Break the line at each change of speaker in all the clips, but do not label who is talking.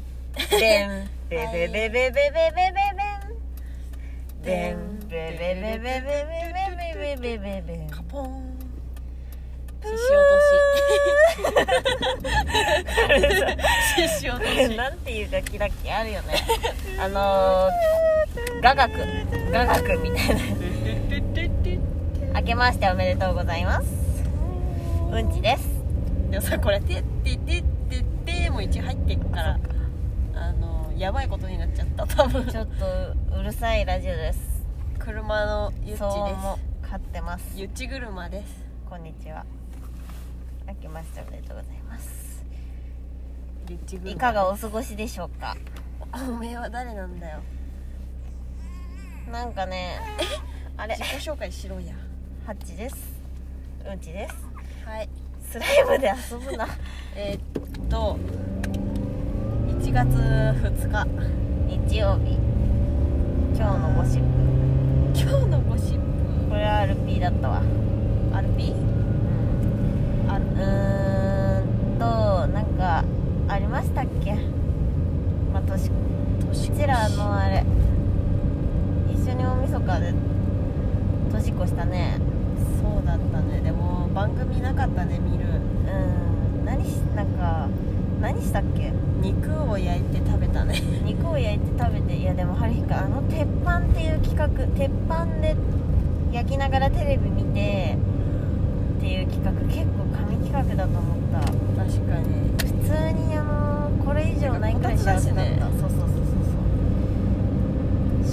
でんべべべべべべべべべんでんべべべべべべべべべべべべ
カポーン
ぶー
獅子落とし獅子落とし
なんていう楽器だっけあるよねあのー、雅楽雅楽みたいな明けましておめでとうございますうんちです
でもさこれ「てってってってって」も一応入ってくからあのやばいことになっちゃった多分
ちょっとうるさいラジオです
車のゆっち
騒音
で
も買ってます
すゆっち車です
こんにちは明けましておめでとうございます
ゆっち車
いかがお過ごしでしょうか
おめえは誰なんだよ
なんかねあれ
自己紹介しろや
ハッチですうんちで
はい
すスライムで遊ぶ な
えーっと1月2日
日曜日今日のゴシップ
今日のゴシッ
これは RP だったわ
プ
う
RP?
ん
ある
うーんとなんかありましたっけまあ年こ
年越し
ちらのあれ一緒に大晦日で年越したね
そうだったねでも番組なかったね見る
うん何しなんか何したっけ
肉を焼いて食べた ね
肉を焼いて食べていやでもハリヒカあの鉄板っていう企画鉄板で焼きながらテレビ見てっていう企画結構神企画だと思った
確かに
普通にあのこれ以上ないくらい幸せだっ
なん
た
かこ
そうそうそうそうそう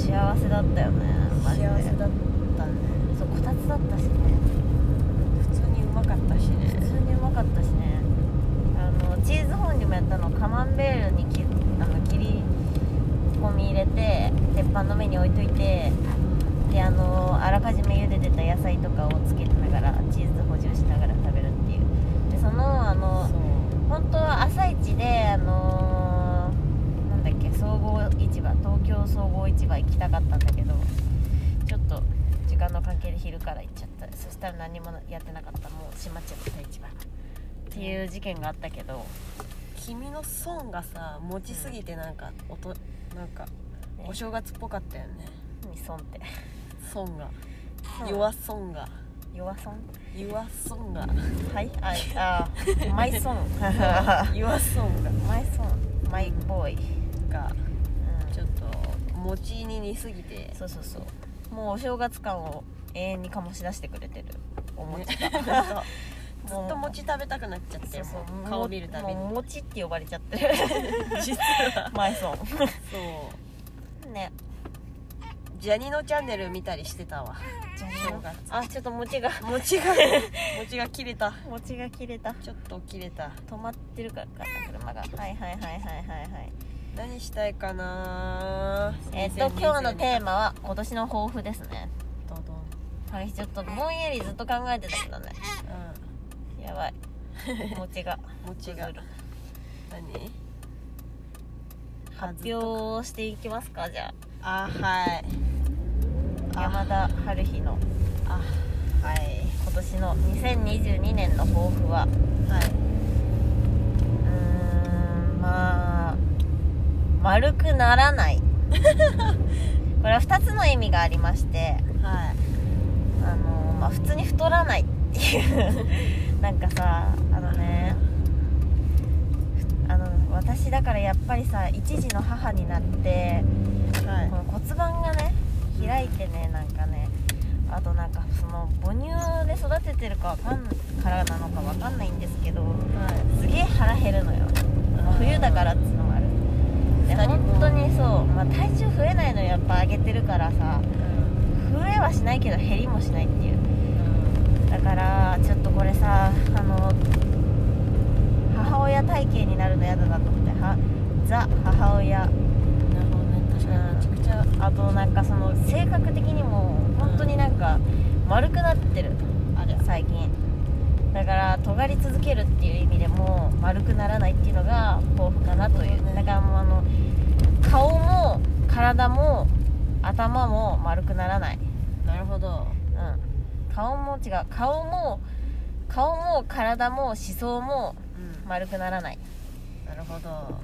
幸せだったよねマ
幸
ジ
せ
で
だったね
そうこたつだったしね
普通にうまかったし
普
ね
通にうまかったしねあのチーズフォンデュもやったのカマンベールにきあの切り込み入れて鉄板の上に置いといてであのあらかじめ茹でてた野菜とかをつけながらチーズ補充しながら食べるっていうでそのあ
そ
の
う
本当は朝市であのーなんだっけ総合市場東京総合市場行きたかったんだけどちょっと時間の関係で昼から行っちゃったそしたら何もやってなかったもう閉まっちゃった市場っていう事件があったけど、
君の損がさ持ちすぎてなんか音なんか
ね
お正月っぽかったよね
何損って
損が弱損が
弱損
弱損が
はいああーマイソ ン
弱損が
マイソンマイボーイ、
が
うん
ちょっと持ちに似すぎて
そうそうそうもうお正月感を永遠に醸し出してくれてるお
ね
餅
ずっと餅食べたくなっちゃってもう顔見るたびに
もう餅って呼ばれちゃ ってる
実は
マイソ
そう
ンね
ジャニのチャンネル見たりしてたわ
じゃ
正月
ああちょっと餅が
餅が餅が切れた
餅が切れた
ちょっと切れた
止まってるからかな車がはいはいはいはいはいはい
何したいかな
えっと今日のテー
マ
マは今年の抱負ですねはいちょっとぼんやりずっと考えてたけどねやばい餅 が
餅が
ずる
何
発表していきますかじゃ
あはい
あ山田春日の
あはい
今年の2022年の抱負は
はい、
うーんまあ丸くならないこれは2つの意味がありまして
はい、
あの、まあ、普通に太らないっていうなんかさあのねあの私だからやっぱりさ一児の母になって
は
この骨盤がね開いてねなんかねあとなんかその母乳で育ててるかわかんからなのかわかんないんですけどすげえ腹減るのよまあ冬だからっつうのもあるで
二人分
本当にそう、まあ、体重増えないのよやっぱ上げてるからさ増えはしないけど減りもしないっていうだからちょっとこれさあの母親体型になるの嫌だなと思ってはザ母親
なるほどね確かにめちゃくちゃ
あとなんかその性格的にも本当になんか丸くなってる
あれ
最近だから尖り続けるっていう意味でも丸くならないっていうのが抱負かなという、
なるほどね
だからもうあの顔も体も頭も丸くならない、
なるほど
うん、顔も違う顔も顔も体も思想も
うん
丸くならない、
なるほど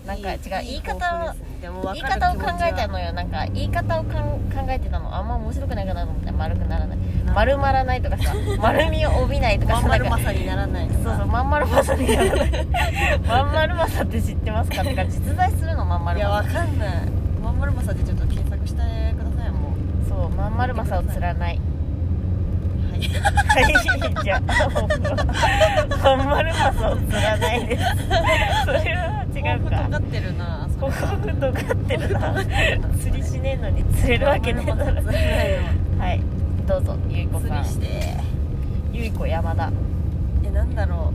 うん、なんか違う言い
方
方
を
を
でも
言
分
い
かる
方を考えた
気持
のよなんか言い方をかん考えてたのあんま面白くないかなと思って丸くならない
ちは
丸まらないとか さ丸みを帯びないとか
まん
さ
ま
なん
るま
か
さにならないと
そうそう
か
まんまるまさにならないまんまるまさって知ってますかとか実在するのまんま
い
る
や
ま
わ
さ
かんないまんまるまさでちょっと検索してくださいもう
そうまんまるまさをつらない
はい
はい、じゃあ、まんまるまさをつらないです。それは違う
と
か。
ってるなそ
こ
れ
こ
は
とがってるな。釣りしねえのに釣れるわけねえだろ。はい、どうぞ、ゆいこ
釣
さ
り
ん。
して
ゆいこ山田。
えなんだろ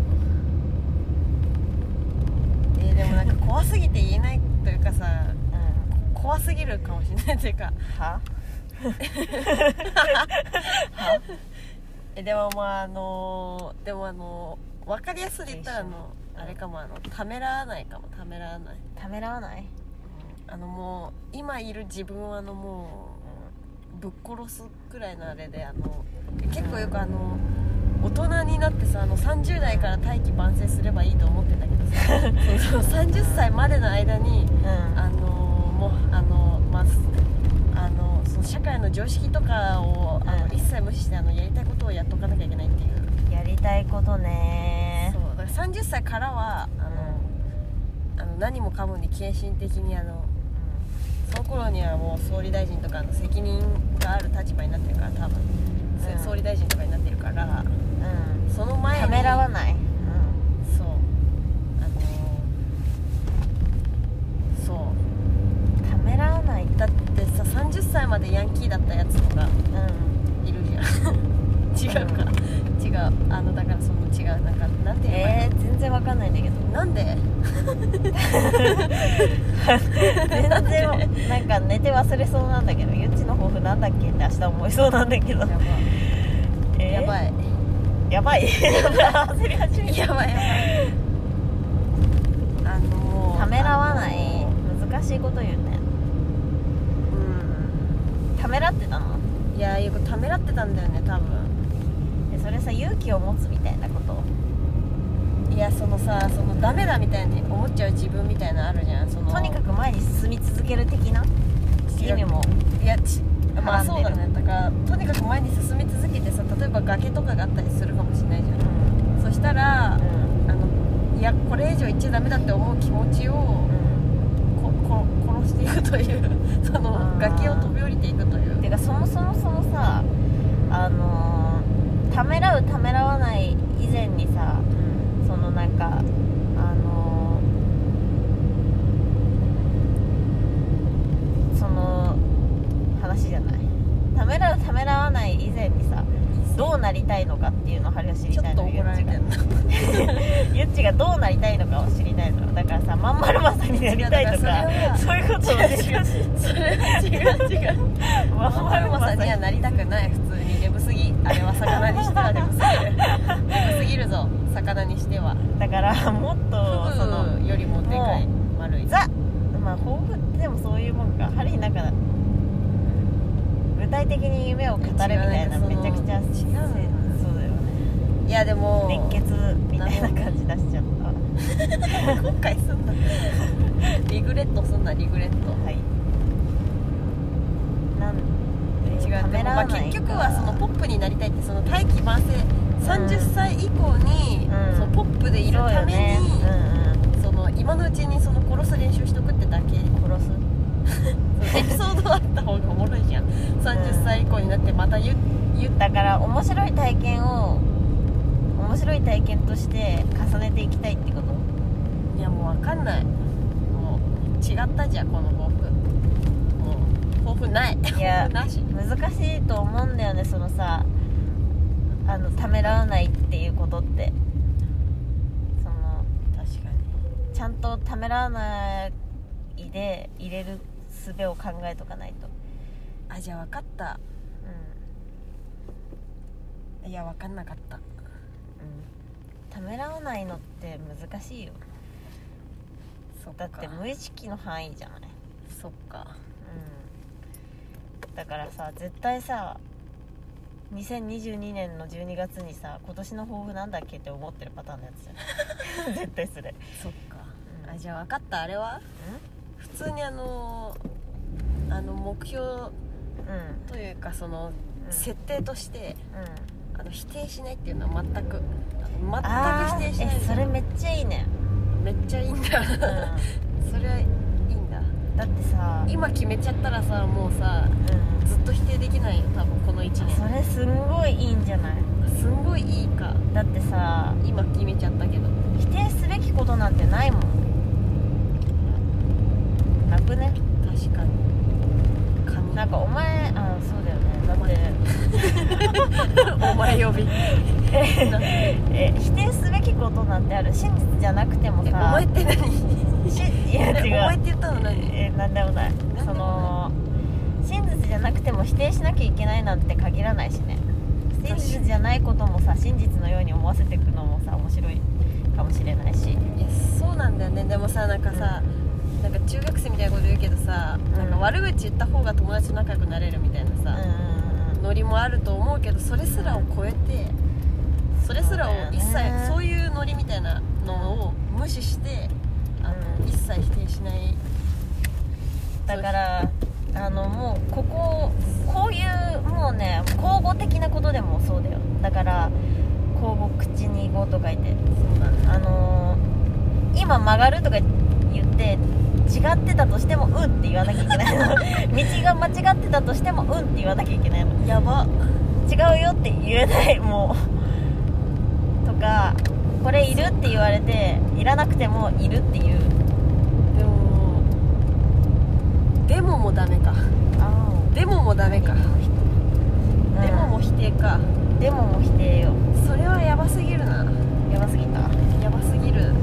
うえでもなんか怖すぎて言えないというかさ
うん。
怖すぎるかもしれないというか
は
えでもまああのでもあの分かりやすく言ったらあのあれかもあのためらわないかもためらわない、
ためらわない
あのもう今いる自分はあのもうぶっ殺すくらいのあれであの結構よくあの大人になってさあの30代から大器晩成すればいいと思ってたけどさそうそう30歳までの間に
うん。
あのもうあのまあすあのその社会の常識とかをあの
うん
一切無視してあのやりたいことをやっとかなきゃいけないっていう、
やりたいことね
そうだから30歳からはあのあの何もかもに献身的にあのその頃にはもう総理大臣とかの責任がある立場になってるから多分、
うん
総理大臣とかになってるから
うん。うん。
その前に
ためらわない。うん。
そうあのそ
ためらわない。
うだってさ30歳までヤンキーだったやつとか
うん。
いるじゃん 違うから、違うあのだからその違うなんかなんて言えばいい
えー、全然わかんないんだけど。
のなんで
全然なんか寝て忘れそうなんだけどゆっちの抱負なんだっけって明日思いそうなんだけど
やばい、
えー
やばい
やばい焦り始め
やばいやばいあのもう
ためらわない難しいこと言うね
う
ためらってたの
んいやよくためらってたんだよね多分
えそれさ勇気を持つみたいなこと
いやそのさそのダメだみたいに思っちゃう自分みたいなのあるじゃんその
とにかく前に進み続ける的な
違う
意味も
いやちま
はら
あ
ん
そ
で
う
る
だねだからとにかく前に進み続けてさ例えば崖とかがあったりするかもしれないじゃ
うん
んそしたら
うん
あのいやこれ以上いっちゃダメだって思う気持ちをここ殺していくというそ
あ
の
ー
崖を飛び降りていくとい
うんて
う
かそもそもそのさあのーためらうためらわない以前にさ
うん
そのなんかあのその話じゃないためらうためらわない以前にさどうなりたいのかっていうのを春が知り
ちょ
たい
っと
の
怒
ゆ
ら
っ
れ
ち
て
が
んな
ゆっちがどうなりたいのかを知りたいのだからさまんまるまさになりたいとか
違うだからそ
そういうことを知りたい
それは違う違う
まんま
マ
る
ル
まさ
マさん
に
にはなりたくない普通にデブすぎあれは魚にしてはデブすぎるデブすぎるぞ魚にしては
だからもっとその
フグよりもでかい丸い
ザまあ抱負ってでもそういうもんか春日なんか具体的に夢を語るみたいな
違う
めちゃくちゃ
違う
そうだよね
いやでも
熱血みたいな感じ出しちゃったは
後悔すんなリグレットすんなリグレット
いなん
違う
ため
でも
らわ
まあ
ない
結局はそのポップになりたいってその大器晩成30歳以降に、
うん
そのポップでいる
そう
た
よ
め
ね
にそ,、の今のうちにその殺す練習しとくってだけ
うんうん殺す
エピソードあった方がおもろいじゃん30歳以降になってまた言言っ
だから面白い体験を面白い体験として重ねていきたいって こと
いやもう分かんないもう違ったじゃんこの抱負もう抱負ない
いや
なし
難しいと思うんだよねそのさあのためらわないっていうことってその
確かに
ちゃんとためらわないで入れる術を考えとかないと、
あじゃあ分かった
う
いや分かんなかった
んためらわないのって難しいよ
そっ
だ
か
って無意識の範囲じゃない、
そっか
うん、だからさ絶対さ2022年の12月に さ今年の抱負なんだっけって思ってるパターンのやつじゃん絶対それ
そっか、
うん
あじゃあ分かったあれは普通にあのあの目標
うんうん
というかその
うん
設定として
うん
あの否定しないっていうのは全くあ
あ
の全く否定し
ー
ない
えそれめっちゃいい ね、
めっちゃいいんだ
うん、 だ
それはいいんだ
ってさ、
今決めちゃったらさもうさ
うん、
ずっと否定できないよ多分この1
そ
年
れすんごいいいんじゃない
すんごいいいか
だってさ
今決めちゃったけど
否定すべきことなんてないもんなくね
確かに神
なんかお前あそうだよねだって
お前呼び
え否定すべきことなんてある真実じゃなくても
えお
さ
前って何
しいや
えお
違
前っ
う
て言ったの何
えなんでもない
でもない
その真実じゃなくても否定しなきゃいけないなんて限らないしね真実じゃないこともさ真実のように思わせていくのもさ面白いかもしれないし
いやそうなんだよねでもさなんかさ、なんか中学生みたいなこと言うけどさ、なんか悪口言った方が友達と仲良くなれるみたいな
うんうん
さ、ノリもあると思うけどそれすらを超えてそれすらを一
そうだよ
切
ね
そう,、いうノリみたいなのを無視してあの、
うん
一切否定しない
だからあのもうこここういうもうね口語的なことでもそうだよだから口語口に語と書いて
そうだね
あのー今曲がるとか言って違ってたとしても「うん」って言わなきゃいけない の道が間違ってたとしても「うん」って言わなきゃいけないの
やば
違うよって言えないもうとかこれいるって言われていらなくてもいるっていう
でもでももダメか
あ
でももダメか、でもも否定か
でもも否定よ
それはやばすぎるな
やばすぎた
やばすぎる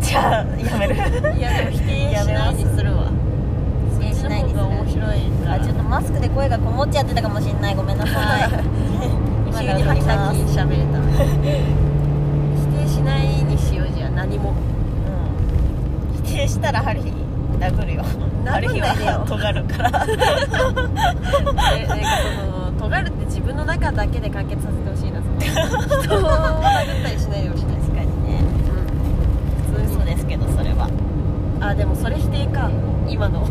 じゃあやめる
いやでも否定しないにするわ
否定しないにする
そっちの方が面白いから
あちょっとマスクで声がこもっちゃってたかもしれないごめんなさい 今
急
か
に
ら撮りま
ハキハキ
す
喋れた 否定しないにしようじゃあ何も
うん否定したらハリー殴るよハリ
殴ん
ー
ないでよ
は 尖るから
えなんかその尖るって自分の中だけで完結させてほしいなその人を殴ったりしないようにしない
確かにね
普通
嘘
に
ですけどそれは
あでもそれ否定か今の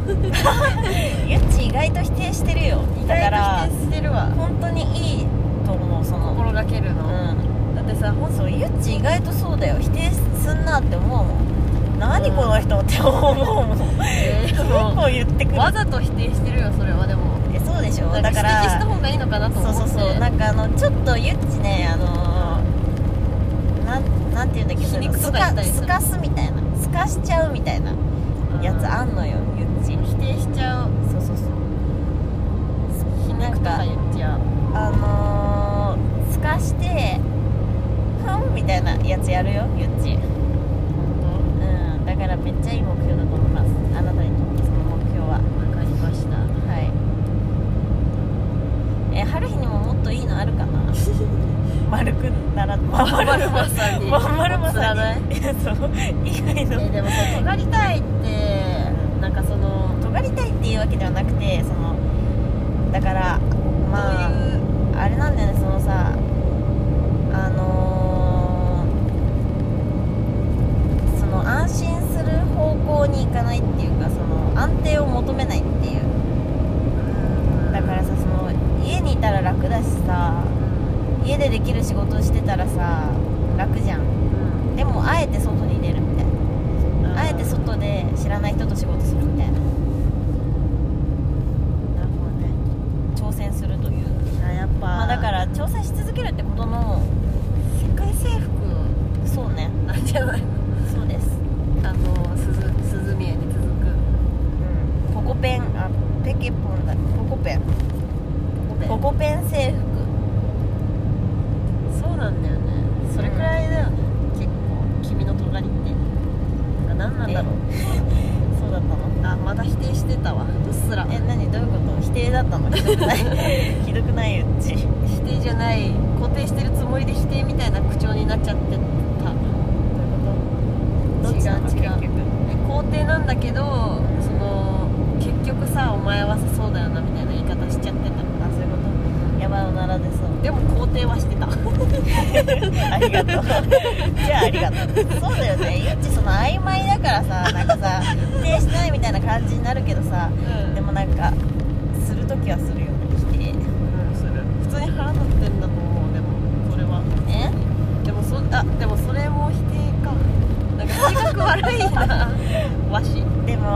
ゆっち意外と否定してるよ
意
だから
外と否定してるわ
本当にいいと思うその
心がけるの、
う
だってさほん
んそうゆっち意外とそうだよ否定すんなって思うもん何この人って思うもん
え
結
ーも
構言ってく
う
る
わざと否定してるよそれはでも
えそうでしょ
なん
だか
指摘した
ら
方がいいのかなと
そ
思
う
って
そうそうなんかあのちょっとゆっちねあのーなんなんていうんだっけ
皮肉
そういうの
とか言ったりす
す
る
かすかすみたいなすかしちゃうみたいなやつあんのよゆっち
否定しちゃう
そうそうそう
皮肉とか言っちゃう
あのー、すかしてふんみたいなやつやるよゆっち
本
うんだからめっちゃいい目標だと思いますあなたにとってその目標は
当わかりました
はいえ春日にももっといいのあるか な丸くならまん
ま
丸
る
ま
まさに
まん丸ま
知ら
さ
ない
にいやそう以外
え
の
でもそう尖りたいってなんかその
尖りたいっていうわけではなくてそのだから
どう
まあ
いう
あれなんだよねそのさあのーその安心する方向に行かないっていうかその安定を求めないっていうだからさその家にいたら楽だしさ家でできる仕事をしてたらさ楽じゃんでもあえて外に出るみたい
うん
なあえて外で知らない人と仕事するみたいな
なるほど
挑
ね
戦するという
あやっぱ
まあだから挑戦し続けるってことの
世界征服
そうね
なんじゃないの
そうです
あの鈴鈴宮に続
う
く
んポコペンあペケポンだポコペンポコペン制服
そうなんだよねそれくらいだよね、結構君の尖りってなんか何なんだろう
そうだったの
あまた否定してたわうっすら
え何どういうこと否定だった のひどくないひどくないうち
否定じゃない肯定してるつもりで否定みたいな口調になっちゃってた
どっちなの
違う違う
結局
肯定なんだけどその結局さお前はさそうだよなみたいな言い方しちゃってた
あそういうことやばいおならでそう
でも肯定はしてた
ありがとうじゃあありがとうそうだよねゆっちその曖昧だからさなんかさ否定しないみたいな感じになるけどさ
うん
でもなんかする時はするよね否定
うんする普通に腹立ってんだと思うでもそれは
ね
でもそあでもそれも否定かなんか性格悪い なわし
でも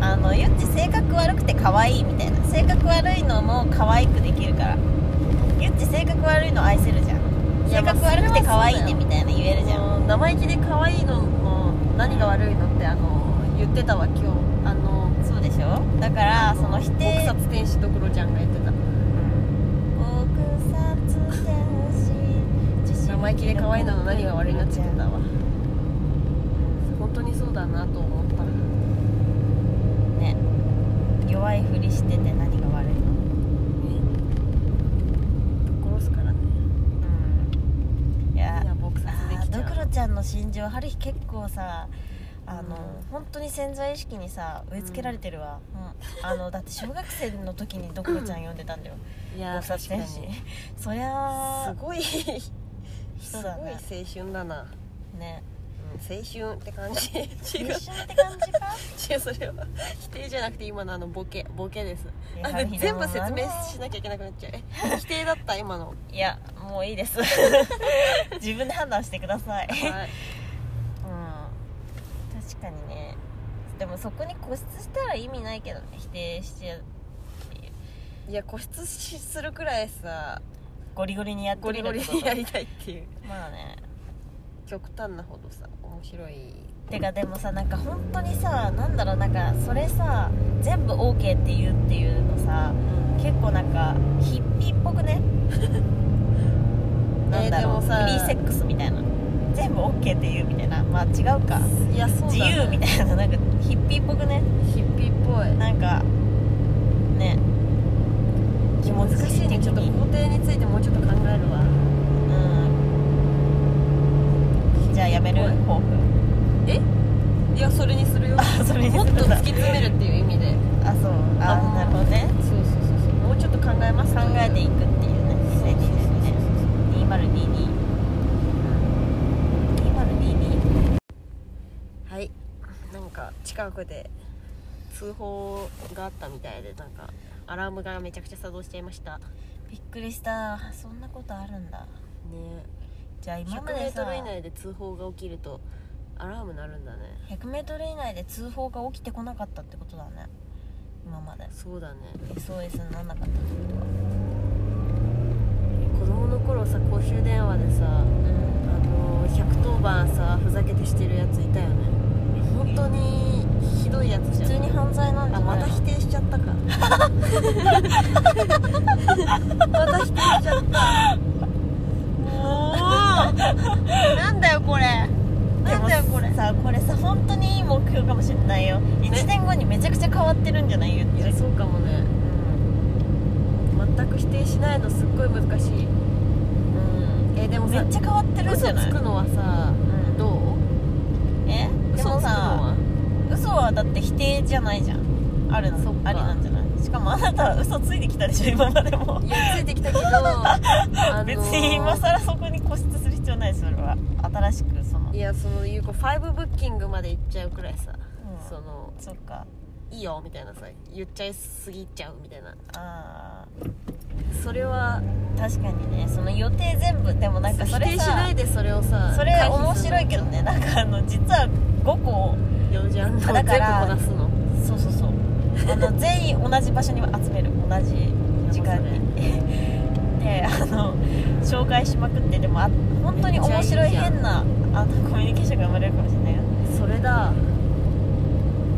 あのゆっち性格悪くて可愛いみたいな性格悪いのも可愛くできるからゆっち性格悪いの愛せるじゃん
い
性
やまあ
格悪くて可愛いね
それはそうだよ
みたいな言えるじゃん
あの生意気で可愛いのの何が悪いのってあの言ってたわ今日あの
そうでしょだからその否定
奥札天使どころちゃんが言ってた生意気で可愛いのの何が悪いのって言ってたわ本当にそうだなと思った
ね弱いふりしてて何が悪いの
ぶっ殺すからね
うんいや
いや撲殺で
あ
き
ー
ちゃ
ド
う
クロちゃんの心情春日結構さあの、
うん
本当に潜在意識にさ植え付けられてるわ、うんあのだって小学生の時 にドクロちゃん呼んでたんだよ
いや
撲
ー
殺
確か
天
に
使
す
そりゃあ
ごいす
人だ
ごい
ね
青春だな、
ね
青春って感じ 違
一
う
緒って感じか
違うそれは否定じゃなくて今のあのボケボケです
いや
あ
春日で
全
も
部説
な
明しなきゃいけなくなっちゃうえ否定だった今 の
いやもういい です自分で判断してください
はい
うん確かにねでもそこに固執したら意味ないけどね否定して
いや固執しするくらいさ
ゴリゴリにやって
ゴ
みる
リゴリ
ってこと
にやりたいっていう
まあね
極端なほどさ面白い
てかでもさなんか本当にさなんだろうなんかそれさ全部 OK って言うっていうのさ結構なんかヒッピーっぽくね なんだろう、
えーでもさ
フリーセックスみたいな全部 OK って言うみたいなまあ違うか
いやそうだ、
自由み
い
たいななんかヒッピーっぽくね
なヒッピーっぽい
なんかね気持ち
難しいねちょっと肯定についてもうちょっと考えるわ
うんじゃあやめる
す
抱負
いや それにするよ
それにする
もっ
んだ
と突き詰めるっていう意味で
あそうあ
あ
なるほどね
そうそうそうそうもうちょっと考えます
考えてい
い
くっていうね
そうそうそう
2022ね2022 2022
はいなんか近くで通報があったみたいでなんかアラームがめちゃくちゃ作動しちゃいましたね
びっくりしたそんなことあるんだじゃあ今までさ
100m 以内で通報が起きるとアラーム鳴るんだね
100m 以内で通報が起きてこなかったってことだね今まで
そうだね
SOS にならなかったってことは
子供の頃さ公衆電話でさあの110番さふざけてしてるやついたよね本当にひどいやつ
普
じゃん
通に犯罪なんじゃ
あ
な
ま
いの
た否定しちゃったかまた否定しちゃったもうなんだよこれ
で
なん
も
だよこれ
さこれさ本当にいい目標かもしれないよ、1年後にめちゃくちゃ変わってるんじゃないゆっ
い
ち
やそうかもね全く否定しないのすっごい難しい
うん
えでも
め
さ
っちゃ変わってるんじ
嘘
ゃな
つ
い
くのは
う
さ
ん
どう
えで
嘘つくの
もさ
は
嘘はだって否定じゃないじゃんある
そっか
ありなんじゃないしかもあなたは嘘ついてきたでしょ今までも
いやついてきたけど、あのー
別に今更そこに固執する必要ないそれは新しくその、
いやそのいう子ファイブブッキングまで行っちゃうくらいさ、
うん
その
そっか
いいよみたいなさ言っちゃいすぎちゃうみたいな
あ
それは
ー確かにねその予定全部でもなんかそれさ
否定しないでそれをさ
それ
回避
面
する
白いけどねなんかあの実は5個
よじゃんの
だ
全部
か
こ
ら
なすの
そうそうそうあの全員同じ場所に集める同じ時間にであの紹介しまくってでもあ本当に面白い
めっちゃいいじゃん
変なあのコミュニケーションが生まれるかもしれないよ
それだ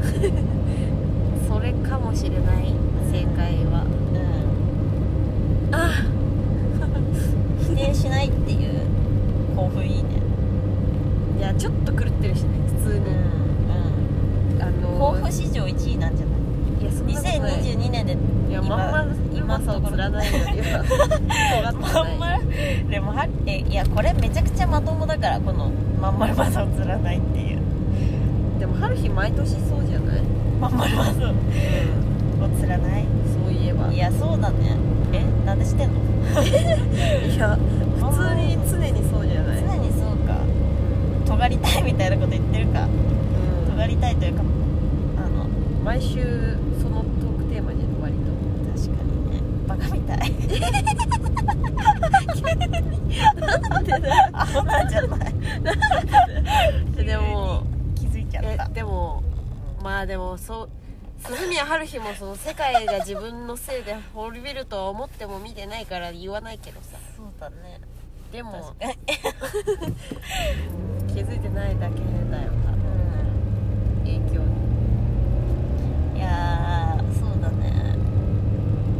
それかもしれない正解は
うん
あ
否定しないっていう抱負いいね
いやちょっと狂ってるしね普通
うん
に、あ
うん
の
抱負史上1位なんじゃない
いやそんなことない
2022年で
いや
今
まんま
今
今さを
のところ
釣らないのには尖って
ま
ない
んまるでもはえいやこれめちゃくちゃまともだからこのまんまるまさを釣らないっていう
でも春日毎年そうじ ゃない、
まんまるまさを釣らない
そういえば
いやそうだねえだなんでしてんの
いや
あん
普
ま
通
り
に常にそうじゃない、
常にそうか、うん、尖りたいみたいなこと言ってるか尖りたいというかあの
うん、毎週そのトークテーマに割と
確かにねバカみたいアホなんじゃない
えでも
気づいちゃっ
え
た
でもまあでもそう鈴宮春日もその世界が自分のせいで滅びるとは思っても見てないから言わないけどさ
そうだね
でも
確かに
気づいてないだけだよな
う
影響
ん
に
いやーそうだね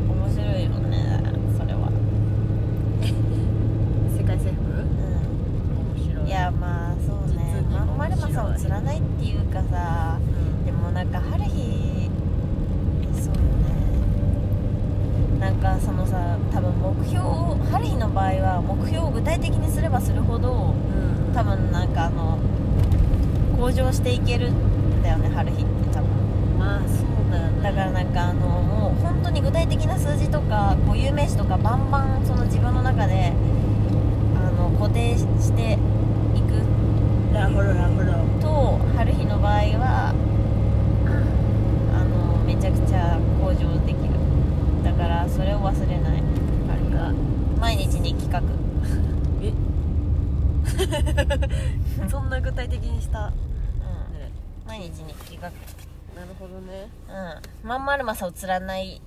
面白いよねそれは
世界征服
う
面白
んいやまあそう
実
ね
に
まんまるまさんを
面
知
白い
らないっていうかさ
うん
でもなんか春日そうよねなんかそのさ多分目標を春日の場合は目標を具体的にすればするほど
うん
多分なんかあの向上していけるんだよね春日って多分
まあそうだよね
だからなんかあのもう本当に具体的な数字とかこう有名詞とかバンバンその自分の中であの固定していく
なるほどなるほど
と春日の場合はあのめちゃくちゃ向上できるだからそれを忘れない春日は毎日に企画
そんな具体的にした、
うん
ね、
毎日に企画
なるほどね
うんまんまるまさを釣らない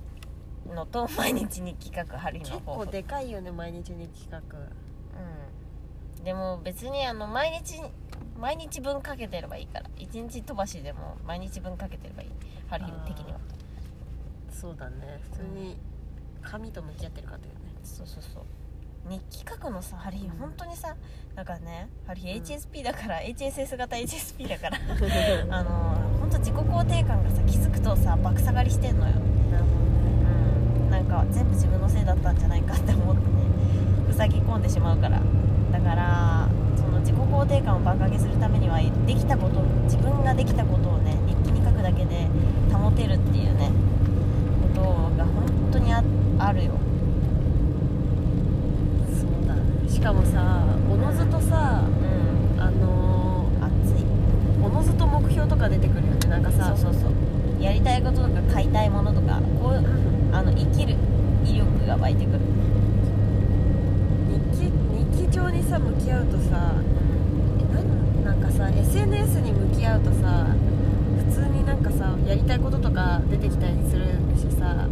のと 毎日日記書く春日
結
の方
構
法
でかいよね毎日に企画
うん、でも別にあの毎日毎日分かけてればいいから一日飛ばしでも毎日分かけてればいい春日的には
そうだね普通に紙と向き合ってる方よね
そうそうそう日記書くのさ春日本当にさなんかね春日
うん
HSP だから、HSS 型 HSP だから あの本当自己肯定感がさ気づくとさ爆下がりしてんのよ
なるほ
う
どね
んなんか全部自分のせいだったんじゃないかって思ってねふさぎ込んでしまうからだからその自己肯定感を爆上げするためにはできたこと自分ができたことをね日記に書くだけで保てるっていうねことが本当にああるよ
そうだねしかもさおのずとさ
うん
あの
熱い
ーおのずと目標とか出てくるよねなんか
そ
さ
うそうそうやりたいこととか買いたいものとかこうあの生きる威力が湧いてくる、
日記日記帳にさ向き合うとさ
うん
えなんなんかさ SNS に向き合うとさ普通になんかさやりたいこととか出てきたりするしさ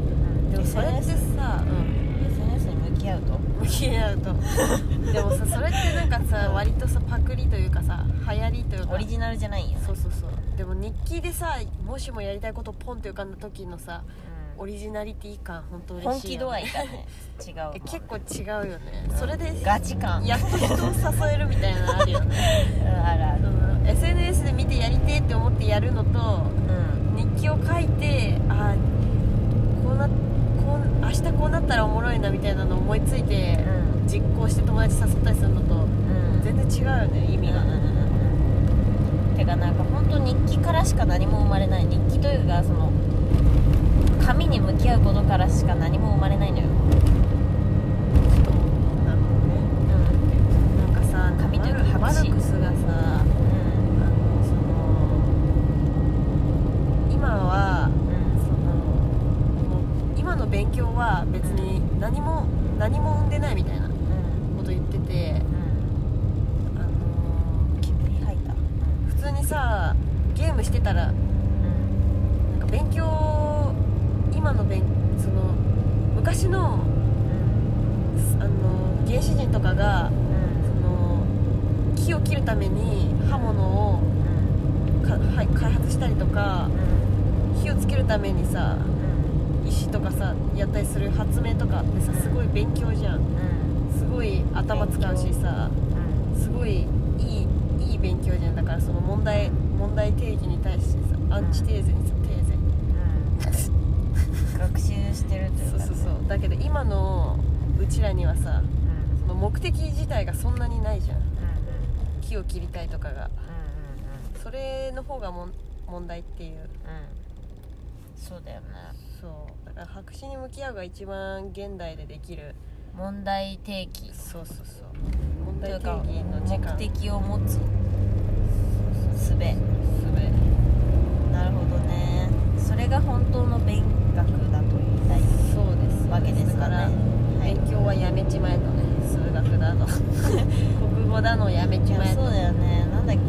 でもそれって
SNS,
さ、うん、
SNS に向き合うと
向き合 うとでもさそれってなんかさ割とさパクリというかさ流行りというか
オリジナルじゃないよ、
そうそうそうでも日記でさもしもやりたいことポンって浮かんだ時のさ
うん
オリジナリティ感本当嬉
本
しい
気
よ
度合
ね、
いがね違うもん
え
ね
結構違うよねそれで
ガチ感
やっと人を誘えるみたいなのあるよ ね
うんあるあ
そ
る
の SNS で見てやりてえって思ってやるのと
うん
日記を書いてあーこうなこう明日こうなったらおもろいなみたいなの思いついて実行して友達誘ったりするのと
うん
全然違うよね意味が、
てかなんか本当日記からしか何も生まれない日記というかその紙に向き合うことからしか何も生まれないのよ、
なるほどねなんかさ
紙というか
マ
白
ル
紙
クスがさあ
う
のその今は
んうん
そのもう今の勉強は別に何も何も生んでないみたいなこ
うん
と言ってて
うん
あの
煙吐いた
普通にさゲームしてたら
うん
なんか勉強今の勉その昔のあの原始人とかが
うん
その木を切るために刃物を
うん
かはい開発したりとか火をつけるためにさ石とかさやったりする発明とかってさすごい勉強じゃんすごい頭使うしさ
うん
すごいいいいい勉強じゃんだからその問題問題定義に対してさアンチテーゼにさテーゼ
うん学習してるという
そ
か
うそうそうだけど今のうちらにはさ
うんうん
その目的自体がそんなにないじゃん
うんうん
木を切りたいとかが
うんうんうん
それの方がもん問題っていう
うんそうだよね
そうだ白紙に向き合うが一番現代でできる
問題提起
そうそうそう問
とい
題
うか
定義の時間
目的を持つ術
すべ
なるほどねそれが本当の勉学だと言いたい
そうです
わけですか
だ
ら、はい
勉強はやめちまえとね数学だの 国語だのやめ
い
ちま
や
え
そう
と
だよねなんだっけ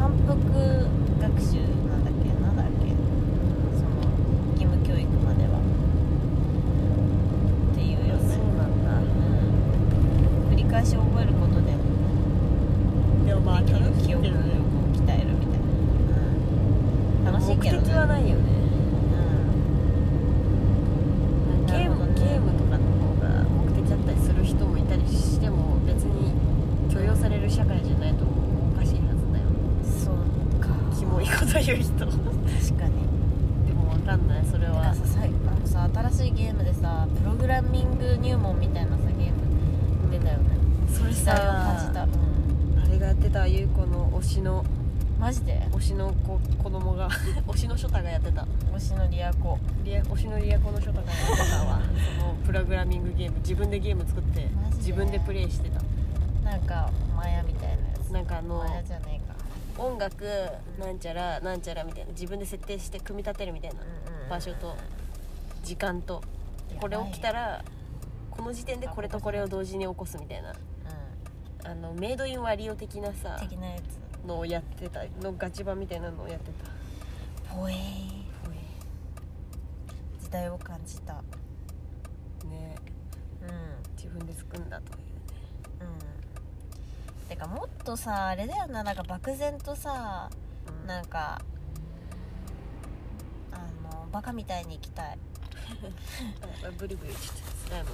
反復学習なんだっけなんだっけその義務教育まではっていうよね、
そうなん
うん、繰り返し覚えることで
だでもまあ
できる
楽しい
記憶
けど
力を
ね
鍛えるみたいな、うん、楽しいけど
目的はないよね
うん
ゲームゲームとかの方が目的あったりする人もいたりしても別に許容される社会じゃないとおかしいはずだよ
そうか
キモいこと言う人で
確かに
もわかんないそれ
なんか
は
ささあのさ新しいゲームでさプログラミング入門みたいなさゲーム出たよね
それ
時代を感じた、
さ
うん、
あれがやってた優子の推しの
マジで
推しの子子供 が推しのショタがやってた
推しのリアコ
リア推しのリアコのショタがやってたわそのプログラミングゲーム自分でゲーム作って
マジで
自分でプレイしてた
なんかマヤみたいなやつ
なんかあの
マヤじゃねえか
音楽なんちゃらなんちゃらみたいな自分で設定して組み立てるみたいな場所と時間とこれ起きた
ら、
らこの時点でこれとこれを同時に起こすみたいなあのメイドインワリオ的な
う
さ
ん、的なやつ
のをやってたのガチ版みたいなのをやってた
ぽえー時代を感じた
ね
うん
自分で作んだというね
うんてかもっとさあれだよななんか漠然とさ
うん
なんかあのバカみたいに行きたい
あブリブリちょっとスライ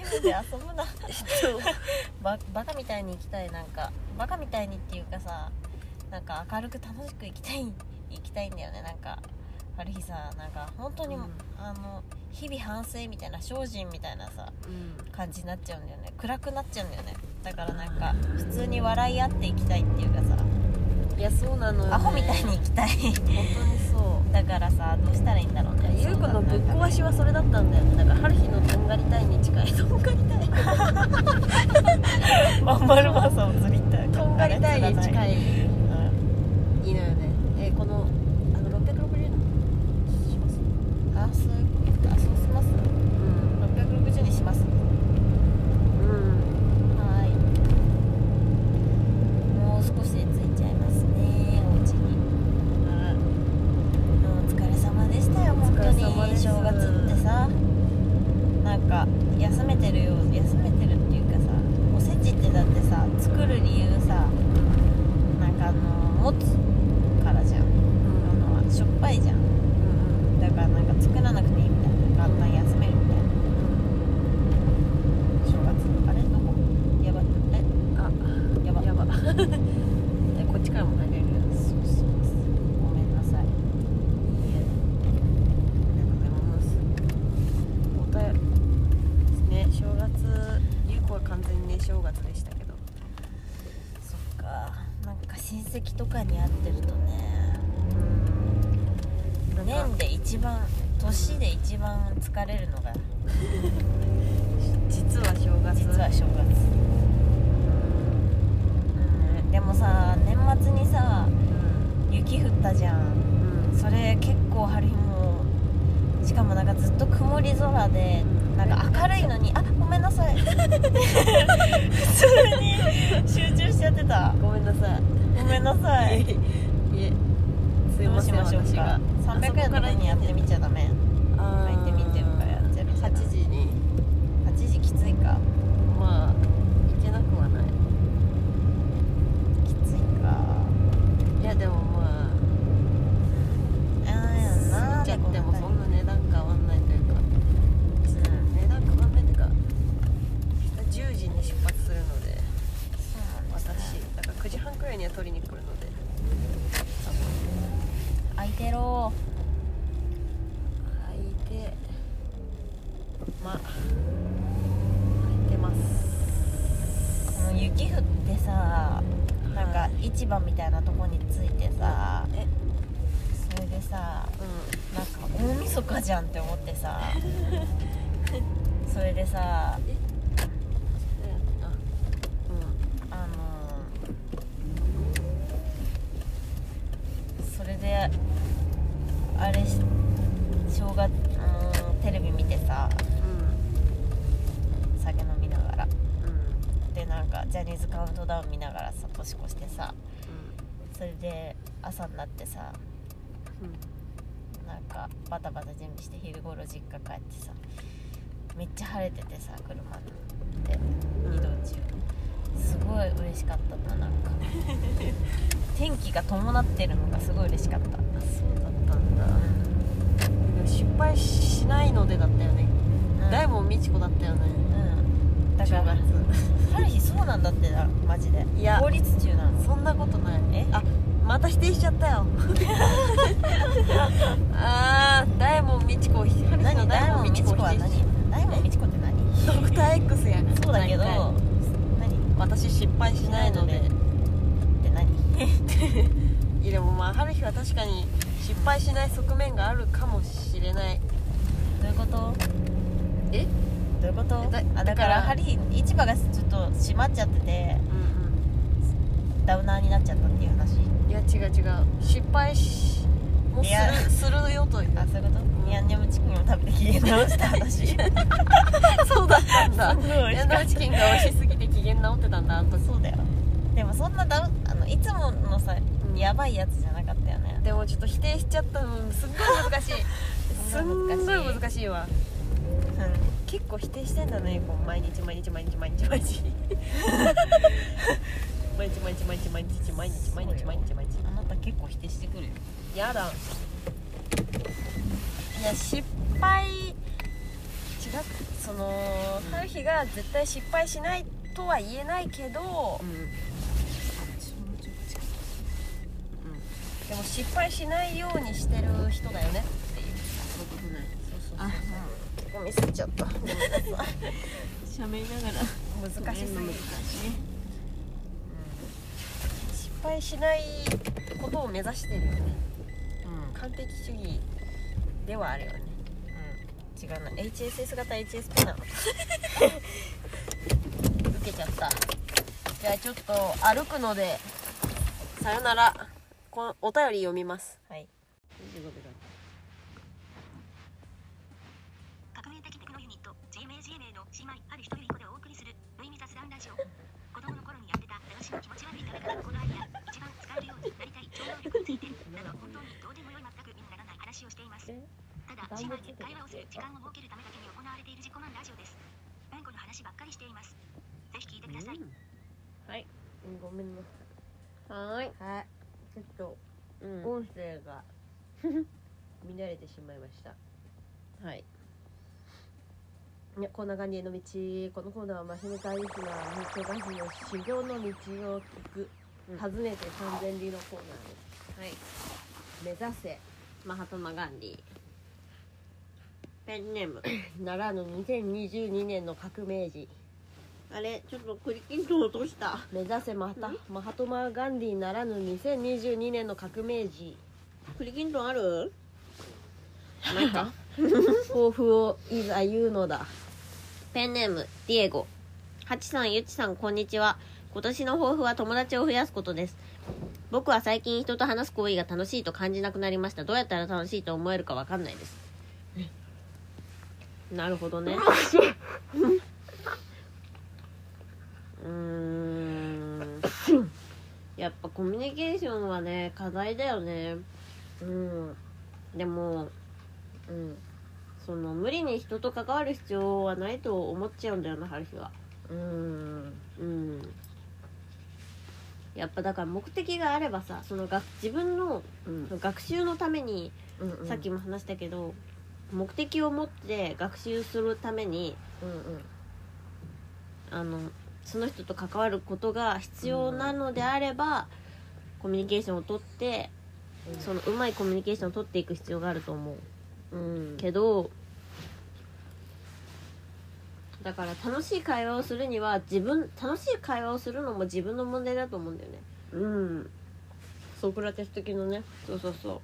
ム
ス
だ
ライムで遊 ぶな
そう
ババカみたいに行きたいなんかバカみたいにっていうかさなんか明るく楽しく行きたい行きたいんだよねなんかある日さなんか本当に、
うん
あの日々反省みたいな精進みたいなさ
うん
感じになっちゃうんだよね暗くなっちゃうんだよねだからなんか普通に笑い合っていきたいっていうかさ
いやそうなのよ、ね、
アホみたいに行きたい
本当にそ
だからさどうしたらいいんだろうね
う優子のぶっ壊し
は
はそれだったんだよねだから春日のとんがりたいに近いとんがりたい
まんまるまさを釣りたい
とんがりたいに
い、
近い
うん
いいのよねえこのあの660円のします
あそういうことあそうします
うん
660にします
うん
はい。もう少しで着いちゃいますね。お家に。お疲れ様でしたよ。本当に
お疲れ様です
正月ってさ。なんか休めてるよう休めてるっていうかさおせちってだってさ作る理由さなんかあの持つからじゃんあのしょっぱいじゃんだからなんか作らなくていいみたいな簡単に休めるみたいな正月あれどこやばえやば
あ やばえこっちからも投げる
そうそうそうごめんなさい
ありがとうございますおたよね正月ゆう子は完全にね正月でしたけど
そっかなんか親戚とかに会ってるとね
うんなん
年
か
で一番年で一番疲れるのが
実は正月
実は正月、うん、でもさ年末にさ雪降ったじゃん
うんうん
それ結構春日もしかもなんかずっと曇り空でなんか明るいのにあごめんなさい普通に集中しちゃってた
ごめんなさい
ごめんなさい
いえすい
ど
ま
うし
せん
ましょう
私
か
が
300円のとこにやってみちゃダメ
あ
入ってみてるからやってる
8時に
8時きついか
まあ行けなくはない
きついか
いやでもま
あ
あ
ーやな
過ぎちゃってもそん
な
な値段変わんないというか
うん
値段変わんないというか10時に出発するので
そうなん
私
ですね
だから9時半くらいには取りに来るので多分
空いてろ
はいてまあ空いてます
この雪降ってさなんか市場みたいなとこについてさ
え
そそれでさ
う
なんか大晦日じゃんって思ってさそれでさ
んあ
あのーそれであれし正月、うーん、テレビ見てさ
う
酒飲みながら
んうんうん
でなんかジャニーズカウントダウン見ながらさ年越してさそれで朝になってさ
うん
なんかバタバタ準備して昼頃実家帰ってさめっちゃ晴れててさ車で移動中すごい嬉しかったななんか天気が伴ってるのがすごい嬉しかった
あそうだったんだ失敗しないのでだったよね
うん
大門みちこだったよね
うんだ
正
から
月
春日そうなんだってなマジで
いや
法律中なの
そんなことない
え
あまた否定しちゃったよあー大門みちこ春日の
何
大
大
門
門
み
み
ち
ち
こ
こ
を
は
否定し
何大門みちこって何
ドクター X や
そうだけど
毎回
何
私失敗しないので
しないって何
いやでもまあ春日は確かに失敗しない側面があるかもしれない
どういうこと
え
どういうこと
だ
あ
だ
だ
か
からら針市場がちょっと閉まっちゃってて
うん
ダウナーになっちゃったっていう話
うんいや違う違う失敗しもう
いや
するするよという
あそういうことニャンニャムチキンを食べて機嫌直した話す ごい
そうだったんだ
美味
ヤ
し
ン
か
ダ
っ
ムチキンが美味しすぎて機嫌治ってたんだあの
た
時
そうだよでもそんなダウあのいつものさやばいやつじゃなかったよね
でもちょっと否定しちゃったのすっごい 難しいす
そ
っ
ん
ご
ない難しい
難しい
う
わ結構否定してんだねこう毎日毎日毎日毎日毎 日毎日毎日毎日毎日毎日毎日毎日毎日
んあなた結構否定してくるよ
やだいや失敗違うその春日が絶対失敗しないとは言えないけど
ん
でも失敗しないようにしてる人だよねっていう
そういうことね
そうそう
あ
そう見すぎちゃった
しゃべりながら
難しすぎる
難しい
失敗しないことを目指してるよね
うん
完璧主義ではあるよね
違うな HSS 型 HSP なの
受けちゃったじゃあちょっと歩くのでさよならこお便り読みます
はい
革命的テクノユニット GMAGMA の姉妹ある人ゆい子でお送りする無意味雑談ラジオ子供の頃にやってた駄菓子の気持ち悪い食べ方のこのアイデア一番使えるようになりたい超能力についてなど本当にどうでもよい全く意味ならない話をしていますただ姉妹で会話をする時間を設けるためだけに行われている自己満ラジオですうんこの話ばっかりしていますぜひ聞いてください
はいごめんなさいはーい
はい。ちょっと
うん
音声が乱れてしまいました。
はい
ね、こんな感じの道、このコーナーはマシュメカリスナー、ミッドガジの修行の道を聞く、
うん
訪ねて三千里のコーナ
はい
ーです。目指せ、
マハトマガンディペンネーム
ならぬ2022年の革命児。
あれちょっとクリキント落とした
目指せまた、マハトマガンディならぬ2022年の革命児。
栗きんとんあるないか
抱負をいざ言うのだ。
ペンネームディエゴハチさんゆちさんこんにちは今年の抱負は友達を増やすことです僕は最近人と話す行為が楽しいと感じなくなりましたどうやったら楽しいと思えるかわかんないですなるほどねうーんやっぱコミュニケーションはね課題だよね
うん、
でも
うん、
その無理に人と関わる必要はないと思っちゃうんだよな春日は
うん、
うんやっぱだから目的があればさその学自分の
うん、
学習のために、
うん、
さっきも話したけど目的を持って学習するために
うん、うん、
あのその人と関わることが必要なのであれば、コミュニケーションをとって
うん
そのうまいコミュニケーションをとっていく必要があると思う
うん、
けどだから楽しい会話をするには自分楽しい会話をするのも自分の問題だと思うんだよね
うんソクラテス的のね
そうそうそう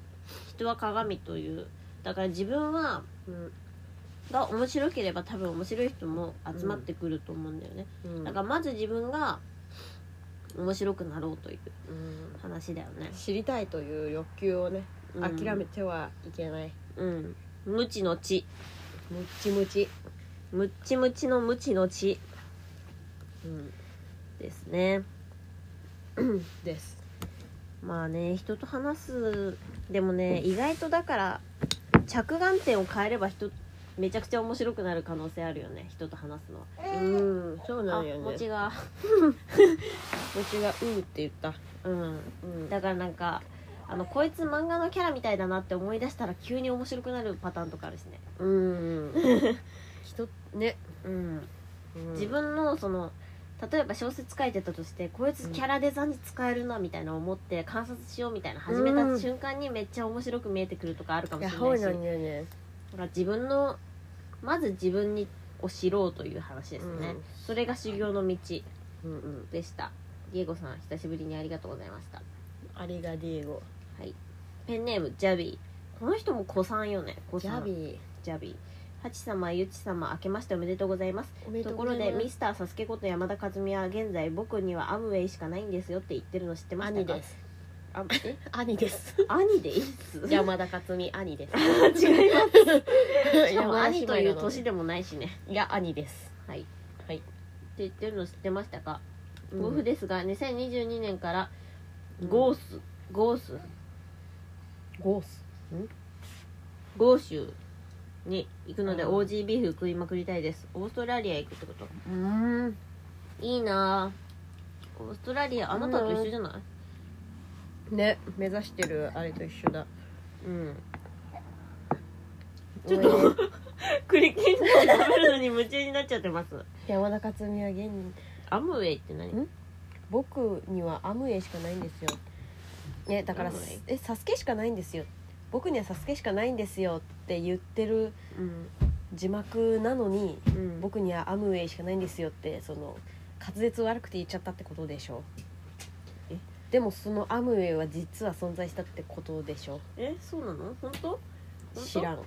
人は鏡というだから自分は、うん、が面白ければ多分面白い人も集まってくると思うんだよね、
うん
だからまず自分が面白くなろうという
うん
話だよね、
知りたいという欲求をね
うん
諦めてはいけない
うん無知の知
ムッチムチ、
むっちむちの無知の知
うん、
ですね
です
まあね人と話すでもね意外とだから着眼点を変えれば人めちゃくちゃ面白くなる可能性あるよね人と話すのは
うんそうなんよ
あ
ね
餅が
餅が「うー」って言った
うん
うん
だからなんかあのこいつ漫画のキャラみたいだなって思い出したら急に面白くなるパターンとかあるしね
うん人ね、
うん
うん
自分のその例えば小説書いてたとしてこいつキャラデザに使えるなみたいな思って観察しようみたいな始めた瞬間にめっちゃ面白く見えてくるとかあるか
い
も
や
しれ
そう
ないし
な
だ
んよね
から自分のまず自分にを知ろうという話ですね、
うん
それが修行の道
うんうん
でしたディエゴさん久しぶりにありがとうございました
ありがディーゴ
はいペンネームジャビーこの人も子さんよね子
ジ
さ
ャ
ん
ビー
ジャビーハチ様ゆち様明けましておめでとうございます
おめで
と
とう
こ
ござ
ろ
い
で
ます
ミスターサスケこと山田和美は現在僕にはアムウェイしかないんですよって言ってるの知ってました
兄
か
です
あえ
兄です
兄でいいっす 違い
山田勝美兄です
ますしかも
山
兄
田姉妹なの
という年でもないしね
いや兄です
はい
はい
って言ってるの知ってましたか
うん
ゴフですが2022年からゴース、ゴース
ゴース
ゴーシュに行くので
うん
OG ビーフ食いまくりたいですオーストラリア行くってこと
うん
いいなぁオーストラリアあなたと一緒じゃない
ね目指してるあれと一緒だ
うん
ちょっと
クリキンを食べるのに夢中になっちゃってます
山田勝美は現に
アムウェイって何
ん僕にはアムウェイしかないんですよねだから
アムウェイ
「えサスケしかないんですよ僕にはサスケしかないんですよ」って言ってる
うん、
字幕なのに
うん、僕
僕にはアムウェイしかないんですよってその滑舌悪くて言っちゃったってことでしょ
え
でもそのアムウェイは実は存在したってことでしょ
えそうなの本当本当
知らん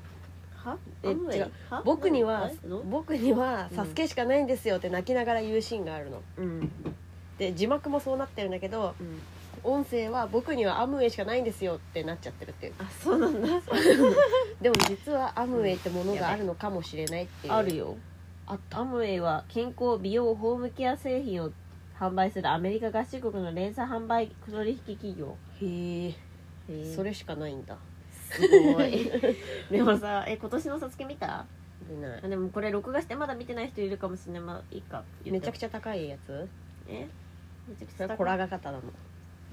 は
え
アムウェイ
違う
は
僕には
何どう
僕には
うん
サスケしかないんですよって泣きながら言うシーンがあるの
うん
で字幕もそうなってるんだけど
うん
音声は僕にはアムウェイしかないんですよってなっちゃってるっていう
あそうなんだ
でも実はアムウェイってものがあるのかもしれないっていう、
あるよ
あっ
アムウェイは健康美容ホームケア製品を販売するアメリカ合衆国の連鎖販売取引企業
へえそ
それ
れしかないんだ
すご い でもさえ今年のサスケ見た
見ない
あでもこれ録画してまだ見てない人いるかもしれないまあいいか
めちゃく
ゃ
ちゃ高いやつ
えめちゃくち
そ
ゃ
れ
高い
はコラガ型なの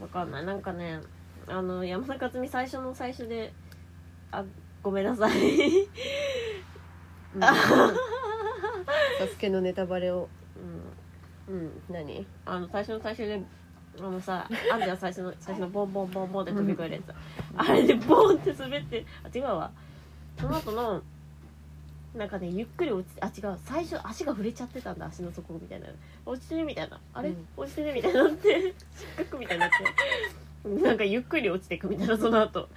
わかんないなんかねあの山田勝美最初の最初であごめんなさい、
サスケのネタバレを
うん、
うん何
あの最初の最初であのさあんじゃん最初の最初のボンボンボンボンって飛び越えるやつあれでボンって滑ってあ違うわその後のなんかねゆっくり落ちてあ違う最初足が触れちゃってたんだ足の底みたいな落ちてるみたいなあれ、
うん
落ちてるみたいになって 失格みたいになって なんかゆっくり落ちていくみたいなその後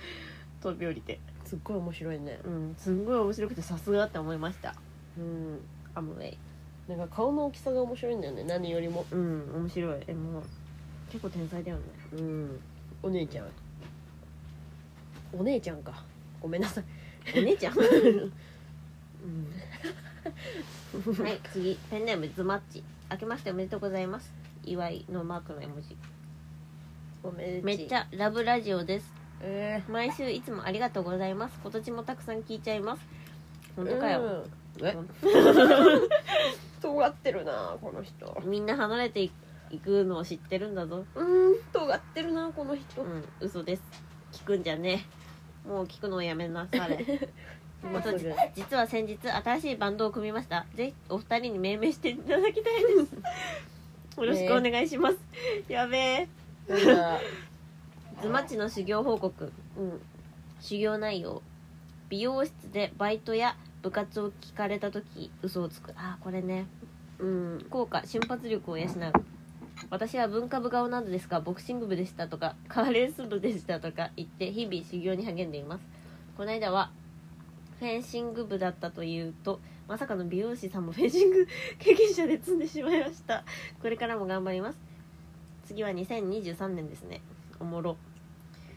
飛び降りて
すっごい面白いね
うん、すんごい面白くてさすがって思いました
うん
アムウェイ
なんか顔の大きさが面白いんだよね何よりも
うん面白いえもう結構天才だよね
うんお姉ちゃんお姉ちゃんかごめんなさい
お姉 ちゃん はい次ペンネームズマッチ明けましておめでとうございます祝いのマークの絵文字
ごめん
めっちゃラブラジオです
え
毎週いつもありがとうございます今年もたくさん聞いちゃいます本
ー、
当かよ、
うんえ 尖ってるなこの人
みんな離れていくのを知ってるんだぞ
うん尖ってるなこの人、
うん嘘です聞くんじゃねえもう聞くのをやめなさ れまたじ実は先日新しいバンドを組みましたぜひお二人に命名していただきたいです よろしくお願いします、やべえ
なんか
ズマッチの修行報告
うん
修行内容美容室でバイトや部活を聞かれた時嘘をつくああこれね
うん
効果瞬発力を養う私は文化部顔なのですがボクシング部でしたとかカーレース部でしたとか言って日々修行に励んでいますこの間はフェンシング部だったというとまさかの美容師さんもフェンシング経験者で積んでしまいましたこれからも頑張ります次は2023年ですねおもろ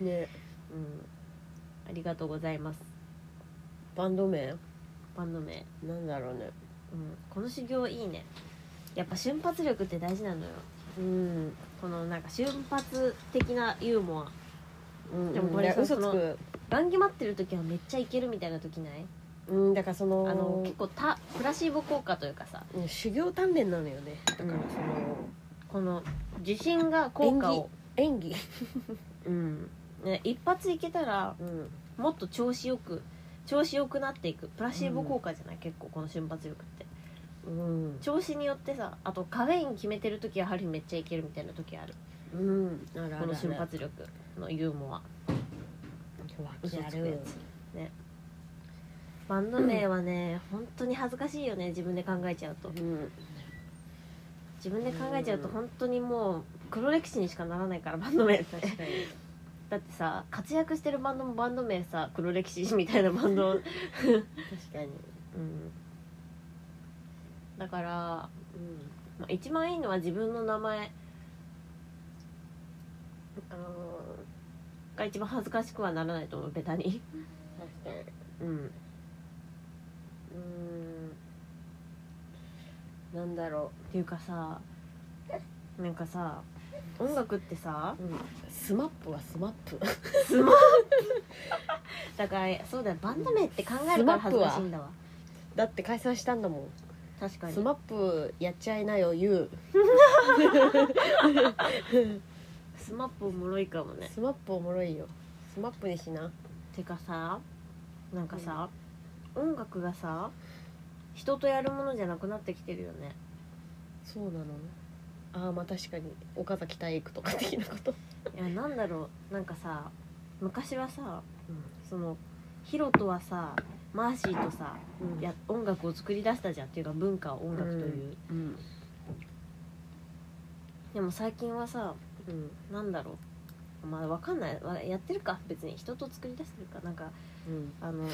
ね
うんありがとうございます
バンド名
バンド名
なんだろうね
うん、この修行いいねやっぱ瞬発力って大事なのよ
うん、
このなんか瞬発的なユーモア
うん、
でもこれ
いや
そう
嘘つ
その
く
雁木待ってる時はめっちゃいけるみたいな時ない
うんだからその
あの結構たプラシーボ効果というかさ
うん修行鍛錬なのよねだからその、
この自信が効果を、
演技、
うんね、一発いけたら
うん、
もっと調子よく調子よくなっていくプラシーボ効果じゃない、結構この瞬発力って
うん、
調子によってさあとカフェイン決めてる時は針めっちゃいけるみたいな時ある
うん、あるあるある
この瞬発力のユーモア
わ
嘘
けあ
つ
る
くやつねバンド名はね、本当に恥ずかしいよね自分で考えちゃうと
うん、
自分で考えちゃうと
うん
本当にもう黒歴史にしかならないからバンド名って
確かに
だってさ活躍してるバンドもバンド名さ黒歴史みたいなバンド、うん、
確かに、
だから、まあ、一番いいのは自分の名前あのーが一番恥ずかしくはならないと思うベタに
確かに
うん
うーんなんだろ
っていうかさなんかさ音楽ってさ
う、うん、スマップはスマッ プ
だからそうだよバンド名って考えるから恥ずかしいんだわ
だって解散したんだもん
確かに
スマップやっちゃいなよ言う、
スマップおもろいかもね
スマップおもろいよスマップにしな
てかさなんかさ、音楽がさ人とやるものじゃなくなってきてるよね
そうなのああまあ確かに岡崎体育とか的なこと
いやなんだろうなんかさ昔はさそのヒロとはさマーシーとさ、
うん
や音楽を作り出したじゃんっていうか文化を音楽という、
うん
でも最近はさ
うん
なんだろうまあわかんないわやってるか別に人と作り出してるかなんか
うん
あの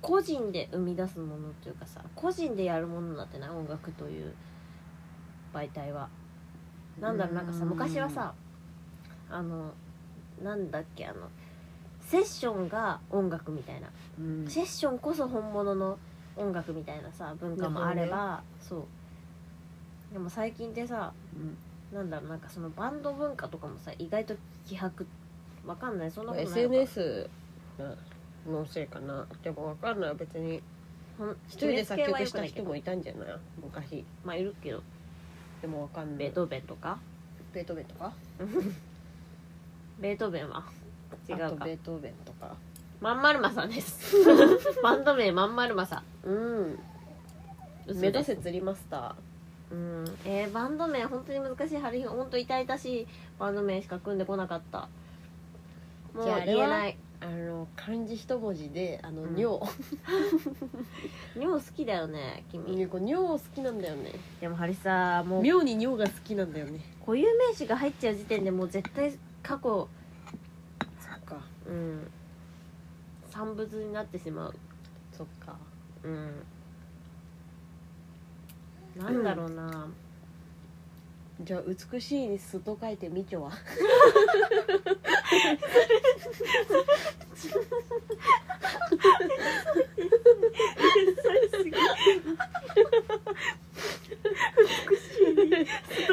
個人で生み出すものというかさ個人でやるものになってない音楽という媒体はなんだろうなんかさ
うん
昔はさあのなんだっけあのセッションが音楽みたいな、
うん
セッションこそ本物の音楽みたいなさ文化もあれば、そうでも最近ってさなんだろうなんかそのバンド文化とかもさ意外と希薄わかんないそんなことないのか
SNS のせいかなでもわかんない別に
ほん
一人で作曲した
決めつけ
人
は良くないけど
もいたんじゃない昔
まあいるけど
でもわかんな
ベ
い
ートーベンとか
ベートーベンとか
ベートーベンは違う
あと
か
ベートーベンとか
まんまるまさんです バンド名まんまるまさん
うん
嘘です
目指せ釣りマスタ
うんえーバンド名本当に難しい春日本当痛々しいバンド名しか組んでこなかったもう
じゃああれ
言
は
えない
ーあの漢字一文字であの
うん
尿、
にも好きだよね君
うん、こう尿好きなんだよね
でも春日さもう
妙に尿が好きなんだよね
固有名詞が入っちゃう時点でもう絶対過去
そっか
うん産物になってしまう
そっか
うんなんだろうな、
じゃあ美しいにすと書いてみきょは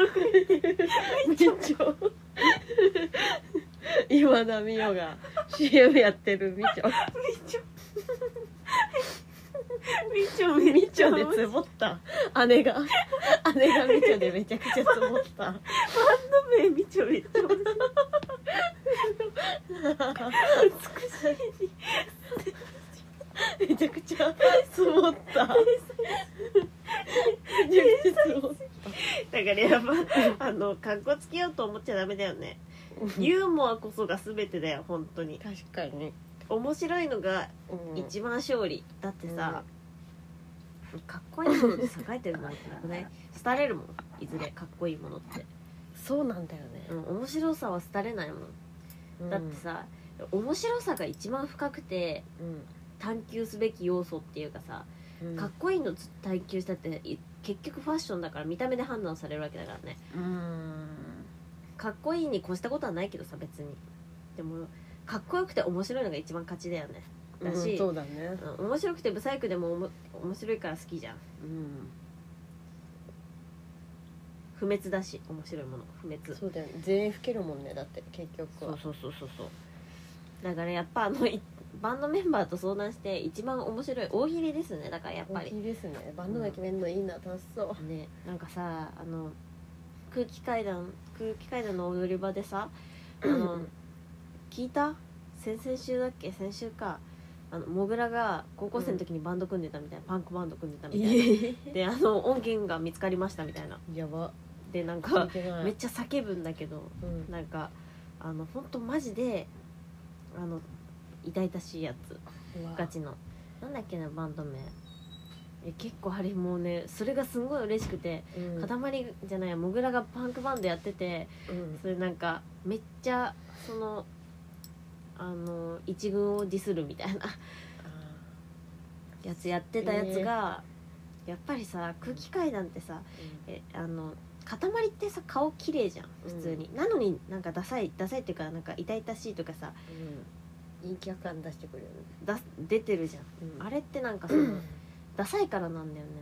美しいにすと書いてみきょ今田美桜が CM やってるみきょ
みちょみ
みちょでつぼった姉が姉がみちょでめちゃくちゃつぼった
め みちょみちょ
めちゃくちゃ積もった。めちゃくちゃ積もった。
だからやっぱ あのかっこつけようと思っちゃダメだよねユーモアこそが全てだよ本当に
確かに。
面白いのが
一
一番勝利、だってさ、かっこいいもので栄えてるなんてなくない廃れるもんいずれかっこいいものって
そうなんだよね
うん、面白さは廃れないもん、だってさ面白さが一番深くて
うん
探求すべき要素っていうかさ、
うん
かっこいいの探求したってい結局ファッションだから見た目で判断されるわけだからね
うん
かっこいいに越したことはないけどさ別にでもかっこよくて面白いのが一番勝ちだよねだし
うんそうだね
うん面白くてブサイクでもおも面白いから好きじゃん
うん
不滅だし面白いもの不滅
そうだよね全員老けるもんねだって結局
そう
は
そうそうそうそうだからやっぱあのいバンドメンバーと相談して一番面白い大喜利ですねだからやっぱ
大
り
きいですねバンドが決めるのいいな楽しそう
ねなんかさあの空気階段空気階段の踊り場でさあ
う
の
ん
聞いた先々週だっけ先週かあのモグラが高校生の時にバンド組んでたみたいな、パンクバンド組んでたみたいなであの音源が見つかりましたみたいな
やば
でなん
聞
か
いてない
めっちゃ叫ぶんだけど
うん
なんかあの本当マジであの痛々しいやつ
うわ
ガチのなんだっけなバンド名え結構あれもうねそれがすごい嬉しくて、
うん
塊じゃないモグラがパンクバンドやってて
うん
それなんかめっちゃそのあの一軍をディスるみたいな
あ
やつやってたやつが、やっぱりさ空気階段ってさ
ーうん
えあの塊ってさ顔綺麗じゃん普通に、なのになんかダサいダサいっていうかなんか痛々しいとかさ
うん、いい客観出してくるよね、
だ出てるじゃん
うん、
あ
れ
れってなんかその、ダサいからなんだよね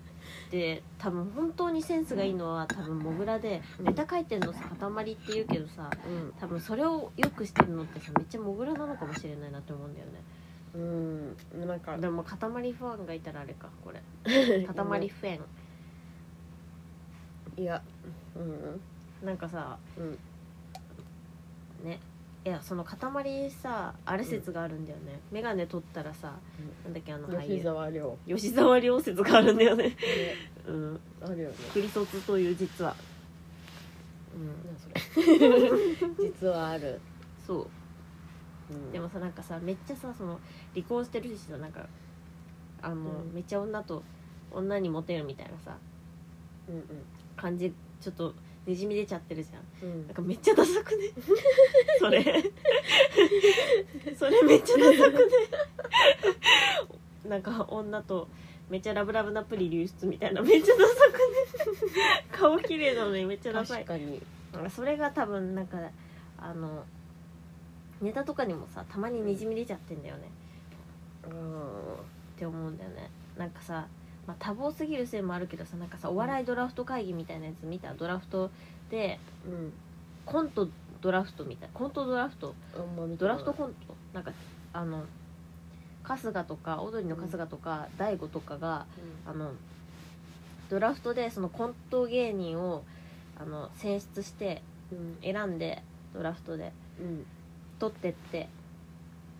で多分本当にセンスがいいのは多分モグラで
うん
ネタ書いてるのさ塊って言うけどさ
うん
多分それをよくしてるのってさめっちゃモグラなのかもしれないなって思うんだよね
うんなんか
でも塊ファンがいたらあれかこれ塊フェン
いやうん
なんかさ、
うん
ねいやその塊さあれ説があるんだよね、眼鏡取ったらさ、なんだっけあの
うん
俳
吉
優
沢 亮
吉沢亮説があるんだよね
ね
うん
あるよ ね
クリソツという実はうん
な それ実はある、
そう
うん、
でもさなんかさめっちゃさその離婚してるしさなんかあの、
うん
めっちゃ女と女にモテるみたいなさ
うん
感じちょっとにじみ出ちゃってるじゃん
うんうん
なんかめっちゃダサく ねそれそれめっちゃダサ くねなんか女とめっちゃラブラブなプリ流出みたいなめっちゃダサくね顔綺麗なのにめっちゃダサい
確かに
なんかそれが多分なんかあのネタとかにもさたまににじみ出ちゃってんだよね、
うん
って思うんだよねなんかさ、まあ、多忙すぎるせいもあるけどさなんかさお笑いドラフト会議みたいなやつ見たドラフトで
うん
コントドラフトみたいコントドラフト
あんま見て
ド
な
ラフ
い
トコントなんかあの春日とか踊りの春日とか大悟とかがあのドラフトでそのコント芸人をあの選出して
うん
選んでドラフトで
うん
取ってって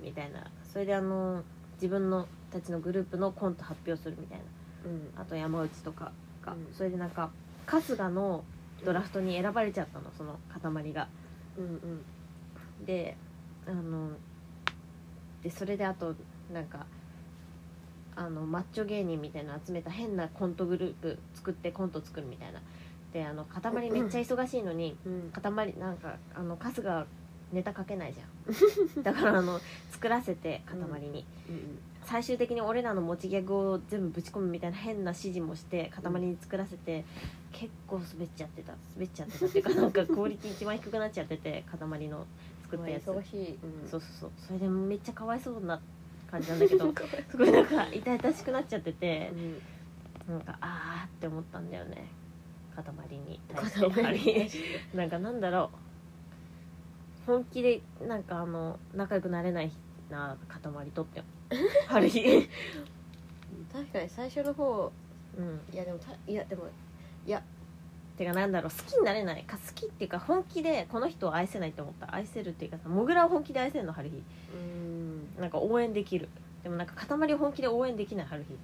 みたいなそれであの自分のたちのグループのコント発表するみたいな
うん
あと山内とかが、
うん
それでなんか春日のドラフトに選ばれちゃったのその塊が
うんうん
であのでそれであとなんかあのマッチョ芸人みたいなの集めた変なコントグループ作ってコント作るみたいなであの塊めっちゃ忙しいのに
うん
塊なんかあの春日ネタ書けないじゃんだからあの作らせて塊に、
うん
最終的に俺らの持ちギャグを全部ぶち込むみたいな変な指示もして塊に作らせて、結構滑っちゃってた滑っちゃってた っていうかなんかクオリティ一番低くなっちゃってて塊の作ったやつ、
忙しい、うん、
そううそうそうそれでめっちゃかわいそうな感じなんだけ どすごいなんか痛々しくなっちゃってて
ん
なんかあーって思ったんだよね塊に対してやは
塊
り なんかなんだろう本気でなんかあの仲良くなれないな塊とって ある日
確かに最初の方
うん
いやでもたいやでも
てかなんだろう好きになれないか好きっていうか本気でこの人を愛せないと思った愛せるっていうかさモグラを本気で愛せるの春日
うん
なんか応援できるでもなんか塊を本気で応援できない春日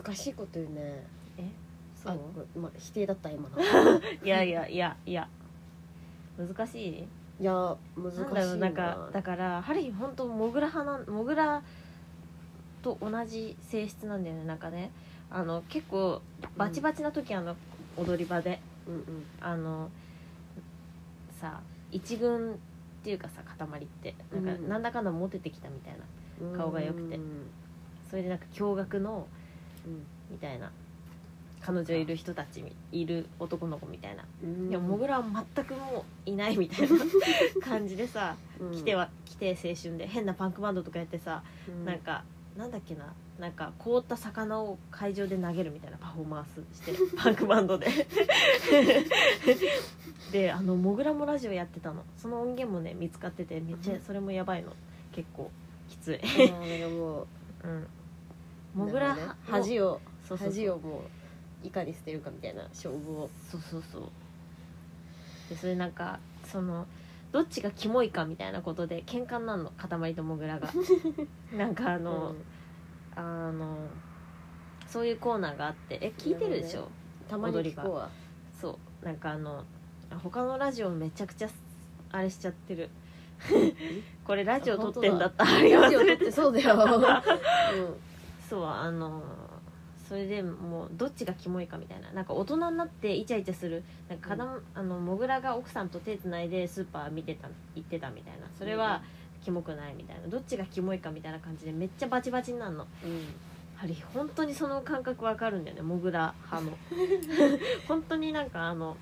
難しいこと言うね
そ
あ
う
ごめんま否定だった今の
いやいやいやいや難しい
いや難しい
なんだろうなんかだから春日本当モグラ派なモグラと同じ性質なんだよねなんかねあの結構バチバチな時、あの踊り場で
うんうん
あのさ一軍っていうかさ塊ってなんか
うん
なんだかんだモテてきたみたいな、
うん
顔が良くて
うん
それでなんか驚愕のみたいな彼女いる人たちみいる男の子みたいな、
うん
でもモグラは全くもういないみたい な感じでさ
うん
来ては来て青春で変なパンクバンドとかやってさ、
うん
なんかなんだっけななんか凍った魚を会場で投げるみたいなパフォーマンス してパンクバンドで であのモグラもラジオやってたのその音源もね見つかっててめっちゃそれもやばいの結構きつい、
あーなんかも
う
う
ん、モグラ
なるほどね
恥をそうそうそう
恥をもういかに捨てるかみたいな勝負を
そうそうそうでそれなんかそのどっちがキモいかみたいなことで喧嘩になんの塊とモグラがなんかあの、
うん
あのそういうコーナーがあってえ聞いてるでしょ、
たまに
踊り
聞
が
こうわ
そうなんかあの他のラジオめちゃくちゃあれしちゃってる これラジオ撮ってんだ ったあれ
ラジオ
忘
撮
れ
っててそうだよ、うん
そうあのそれでもうどっちがキモいかみたいななんか大人になってイチャイチャするなんかかなあのモグラが奥さんと手つないでスーパー見てた行ってたみたいなそれはキモくないみたいなどっちがキモいかみたいな感じでめっちゃバチバチになるのハリー本当にその感覚わかるんだよねモグラ派 の本当になんかあの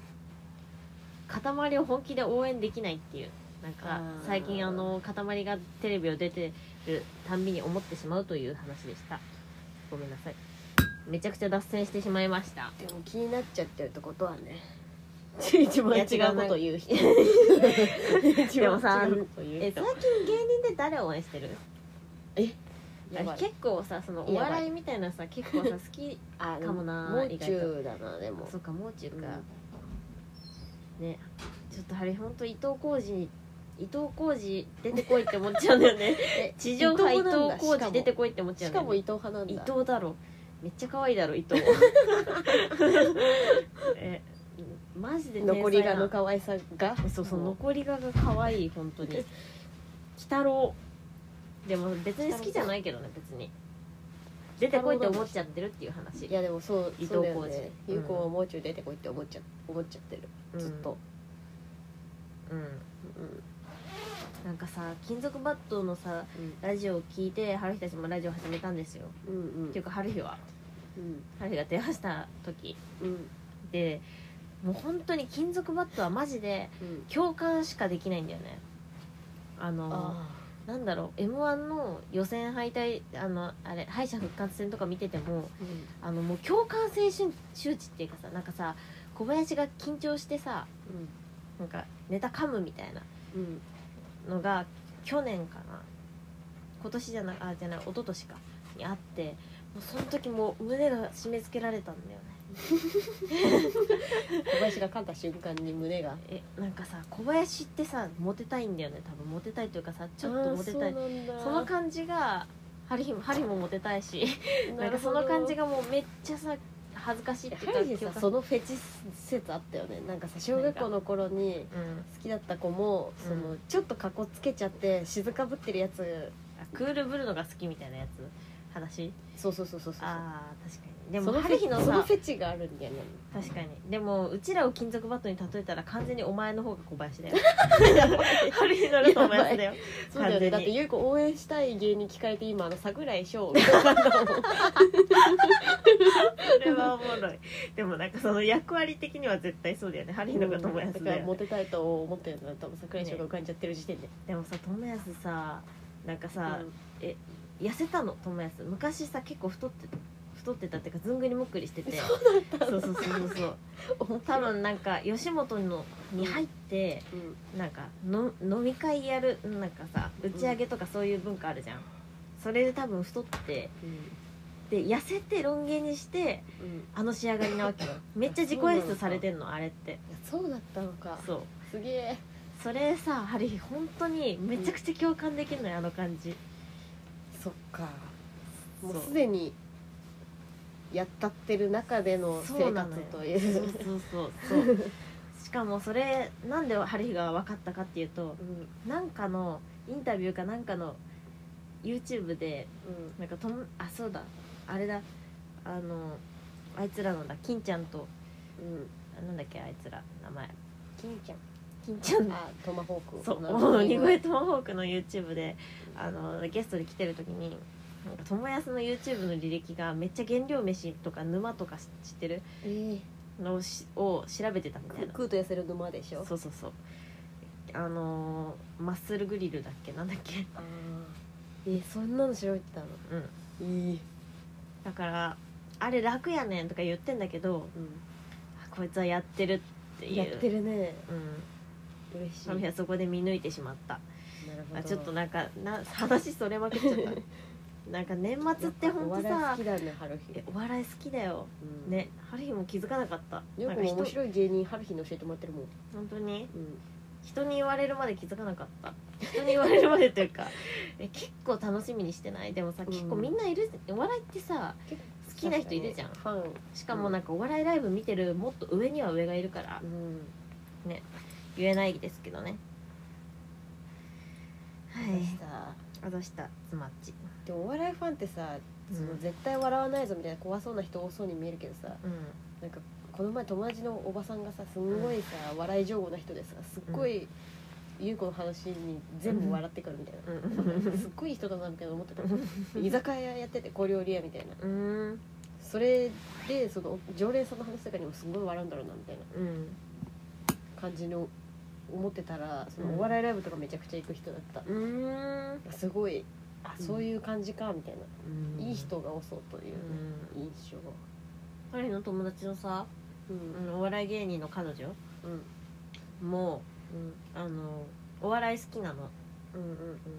塊を本気で応援できないっていうなんか
あー
最近あの塊がテレビを出てるたんびに思ってしまうという話でしたごめんなさいめちゃくちゃ脱線してしまいました
でも気になっちゃってるってことはね一番
い
違
や違
う
う
こ
ことと
言う人
でもさ
一番違うこと言う
え
人
最近芸人で誰を応援してる
やばい
結構さそのお
やば
笑
い
いみたいなさ結 構さ好き
あ
かもな
もう
意外と
中だなでも
そうかもう中
うん
か、ねちょっとあれ本当伊藤浩二伊藤浩二出てこいって思っちゃうんだよね
え
地上波伊藤
なんだ
浩
し
二
かも
出てこいって思っちゃう
し
んだ
か
よ
も
ね
伊藤派なんだ
伊藤だろめっちゃ可愛いだろ伊 藤 えマジで天才な
残りがの可愛さが
そうそう
も
残りがが可愛い本当に鬼太郎でも別に好きじゃないけどね別に出てこいって思っちゃってるっていう話
いやでもそう
伊藤
そうだよ
浩
ね
二
有効はもう中出てこいって思っちゃ思っちゃってるずっと、
うん、うんなんかさ金属バットのさ
うん
ラジオを聞いて春日たちもラジオ始めたんですよ、
うんうん
っていうか春日は
うん
春日が出会した時
うん
でもう本当に金属バットはマジで
うん
共感しかできないんだよねあの
あ
なんだろう m 1の予選敗退あのあれ敗者復活戦とか見てても
ーうん
あのもう共感性周周知っていうかさなんかさ小林が緊張してさなんかネタ噛むみたいな
うんうん
のが去年かな今年じゃなあじゃない一昨年かにあってもうその時もう胸が締め付けられたんだよね
小林が噛んだ瞬間に胸が
えなんかさ小林ってさモテたいんだよね多分モテたいというかさち
ち
ょ
ょ
っ
っ
と
と
モ
モ
テ
テ
た
た
い
い
そ
そ
の
の感
感じがハリもハリもモテたいし
じ
な
なんん
か
か
そ
そ
の
の
感
感
じ
じが
がもうめっちゃさ恥ずかしいっていうか
ハリー
記憶
さ
が
そのフェチ説あったよねなんかさ小学校の頃に
うん
好きだった子も
うん
そのちょっとかこつけちゃって静かぶってるやつ
あクールブルのが好きみたいなやつ話
そうそうそうそうそう
あー確かにで
そ
も
の
ハ
フェ
リ
チ
ヒの
その
さ
フェチがあるんだよね
確かにでもうちらを金属バットに例えたら完全にお前の方が小林だ よハリヒのるとお前だよ
そうだよねだ
完全
って
に
ゆう子応援したい芸人聞かれて今あの桜井翔みたいなのも
それはおもろいでもなんかその役割的には絶対そうだよねハリヒのが友
だ
康
か
だ
ら
よ、
モテたいと思ってるのは多分桜井翔が浮かんじゃってる時点で
でもさ友康さなんか
う
さ、
ん
痩せたの友康昔さ結構太って太ってたっていうかずんぐりむっくりしててそうそうそうそうそう多分なんか吉本のに入って
うん
なんかの飲み会やるなんかさ打ち上げとかそういう文化あるじゃん、それで多分太ってで痩せてロン毛にして
うんうん
あの仕上がりなわ けよめっちゃ自己演出されてんのあれって
そうだったのか
そう
すげえ
それさハリー本当にめちゃくちゃ共感できるのよあの感じ
そっかもう
そう
すでにやったってる中での
そう
生
な
活
のよ
という
そうそうそうそうしかもそれなんでハリヒが分かったかっていうと
うん
なんかのインタビューかなんかの YouTube でなんかともあそうだあれだあのあいつらのだ金ちゃんと
うんうん
あなんだっけあいつら名前
金ちゃん
金しんちゃんの
あトマホーク
そう鬼越トマホークの YouTube であのゲストで来てる時になんか友康の YouTube の履歴がめっちゃ原料飯とか沼とか知ってる
え
のをしを調べてたみたいな
ー、食うと痩せる沼でしょ
そうそうそうあのーマッスルグリルだっけなんだっけ
あーえー、そんなの調べてたの
うん
いい、
だからあれ楽やねんとか言ってんだけどあ
う
こいつはやってるってい
ん、
う
やってるね
うん
嬉しい
その日はそこで見抜いてしまった
なるほど
あちょっとなんかな話それまくっちゃった なんか年末ってほんと
や
さ
っぱお笑い好きだね春日
えお笑い好きだよ
うん
ね春日も気づかなかった
よ
なんか
くも
人
面白い芸人春日に教えてもらってるもん、
本当に
うん、
人に言われるまで気づかなかった人に言われるまでというか え結構楽しみにしてないでもさ、
うん
結構みんないるお笑いってさ
結
好きな人いるじゃん
ファン
しかもなんかお笑いライブ見てるもっと上には上がいるから
うん
言えないですけどねは
でし
い
た
あどしたつまっち
でもお笑いファンってさその絶対笑わないぞみたいな怖そうな人多そうに見えるけどさ
うん
なんかこの前友達のおばさんがさすんごいさ、笑い上手な人でさすっごい優子の話に全部笑ってくるみたい な、すっごい人だなみたいな思ってた居酒屋やってて小料理屋みたいな
うんうん
それでその常連さんの話とかにもすごい笑うんだろうなみたいな
うん
感じの思ってたらそ
うん
のお笑いライブとかめちゃくちゃ行く人だった、
うん
すごいあそういう感じかみたいな、
うん
いい人が多そうという
う、ん
印象
彼の友達のさ、
うん
うんお笑い芸人の彼女
うん
も
うん
あのお笑い好きなの
うんうん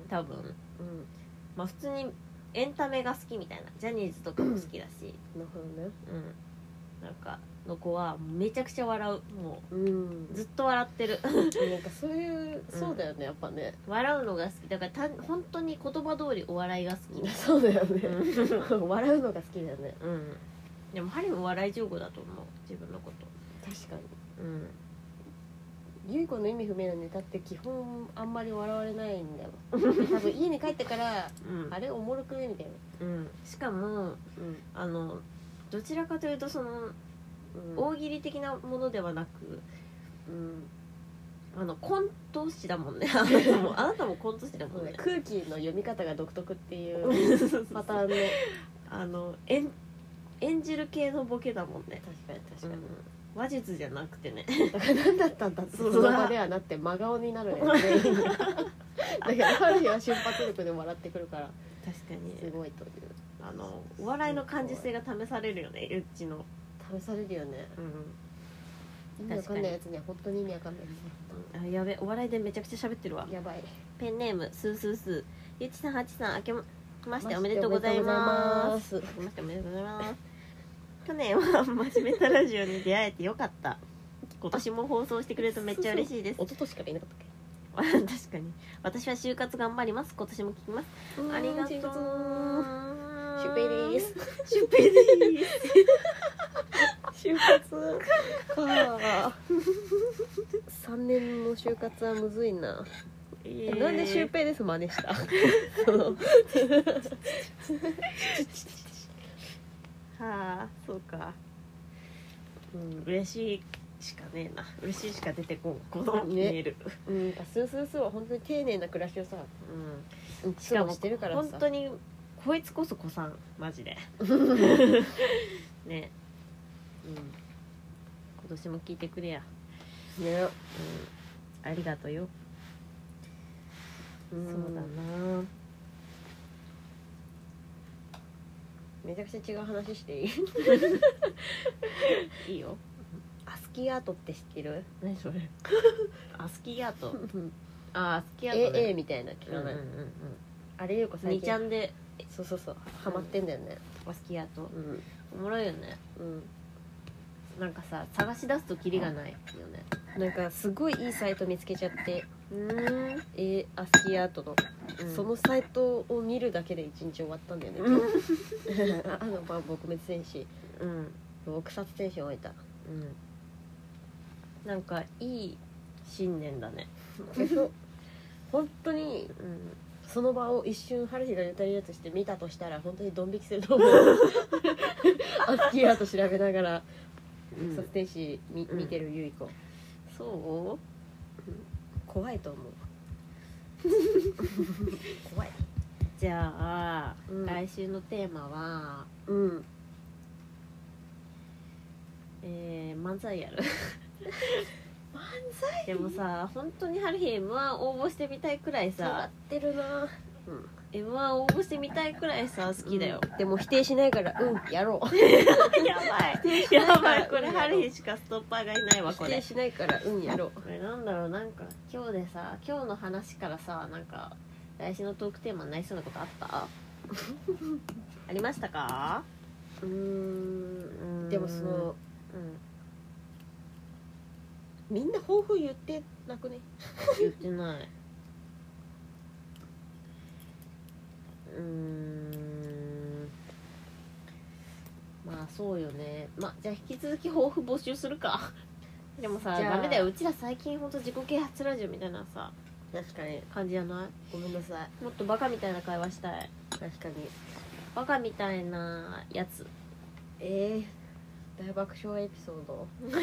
多分
うんうん
まあ普通にエンタメが好きみたいなジャニーズとかも好きだし
なるほどね
うんなんかの子はめちゃくちゃ笑うも
うん
うずっと笑ってる
なんかそういうそうだよねやっぱね
笑うのが好きだからた本当に言葉通りお笑いが好き
そうだよね
う
笑うのが好きだよね
ん、うん、でもハリーも笑い上手だと思う自分のこと
確か
うん
にゆい子の意味不明なネタって基本あんまり笑われない んだよ多分家に帰ってから
うん
あれおもろくねみたいな
うんしかもあのどちらかというとその
うん
大喜利的なものではなく
うん
あのコント師だ もんねあなたもあなたもコント師だ
そ
も
うんね
ね
空気の読み方が独特っていうパターンの
あの演演じる系のボケだもんね、
確かに確
う
かに
ん、話術じゃなくてね
だから何だったんだってそ
そう
の場ではなって真顔にな るよねだけど春日は瞬発力で笑ってくるから
確か
す
に
ごいという
あのお笑いの感受性が試されるよねうちの、
試されるよね
う
意味わかんないやつには本当に意味わかんない
ん、あやべお笑いでめちゃくちゃ喋ってるわ
やばい
ペンネームスースースーゆちさんはちさんあけましておめでと
と
う
う
ご
ご
ざ
ざ
い
い
ま
ますす
あけましておめでとうございます去年は真面目なラジオに出会えてよかった今年も放送してくれるとめっちゃ嬉しいです
一昨年からいなかったっ
確かに私は就活頑張ります今年も聞きます
け
ありがとう
シュウペイです
シュウペイです
就活か3年の就活はむずいな、え
え
なんでシュウペイです真似したその
はあそうか
うん、
嬉しいしかねえな嬉しいしか出てこんこのメール、
うん、なんかスースースーは本当に丁寧な暮らしをさうん
しかも
してるからさ
本当にこいつこそ子さんマ ジでね今年も聞いてくれや、
うんね
うん、ありがとうよ、
うん
そうだな
めちゃくちゃ違う話して いい
いいよ
アスキーアートって知ってる
何それあスキーアート
うん
ああスキーアート、
AA
ね、
みたいな聞
うんう
か
んう
ない、
ん
あれゆうこ
うん
最
2
近
ちゃんで
そうそうそうハマってんだよね
あスキーアート
うん
おもろいよね
うん
なんかさ探し出すとキリがないよね
なんかすごいいいサイト見つけちゃって
うん
えー、アスキーアートの、そのサイトを見るだけで一日終 わったんだよね、
うん
あの、まあ、撲滅戦士
うん
撲殺戦士を終えた
うんなんかいい新年だね
けど本当に
うん
その場を一瞬春日がゆたりやつして見たとしたら本当にドン引きすると思 うアスキーアート調べながら
うん
殺天使み、
うん
見てるゆい子
そ怖いと思う
怖い
じゃあ、
うん
来週のテーマは、
うん
えー、漫才 やる漫才でもさ本当にハルヒ m 1応募してみたいくらい
笑
さ
ってるな
m 1応募してみたいくらいさ好きだよ、
でも否定しないからうんやろ う
やばいやばいこれハルヒしかストッパーがいないわこ
否
れ
定しないからうんやろう
これなんだろうなんか今日でさ今日の話からさなんか来週のトークテーマになりそうなことあった ありましたか
うーんでもその
うん
みんな抱負言ってなくね
言ってないうーんまあそうよねまあじゃあ引き続き抱負募集する かでもさ
じゃあ
ダメだようちら最近ほんと自己啓発ラジオみたいなさ
確かに
感じじゃな
ごめんなさい
いもっとバカみたいな会話したい
確かに
バカみたいなやつ
えー、大爆笑エピソー ドでも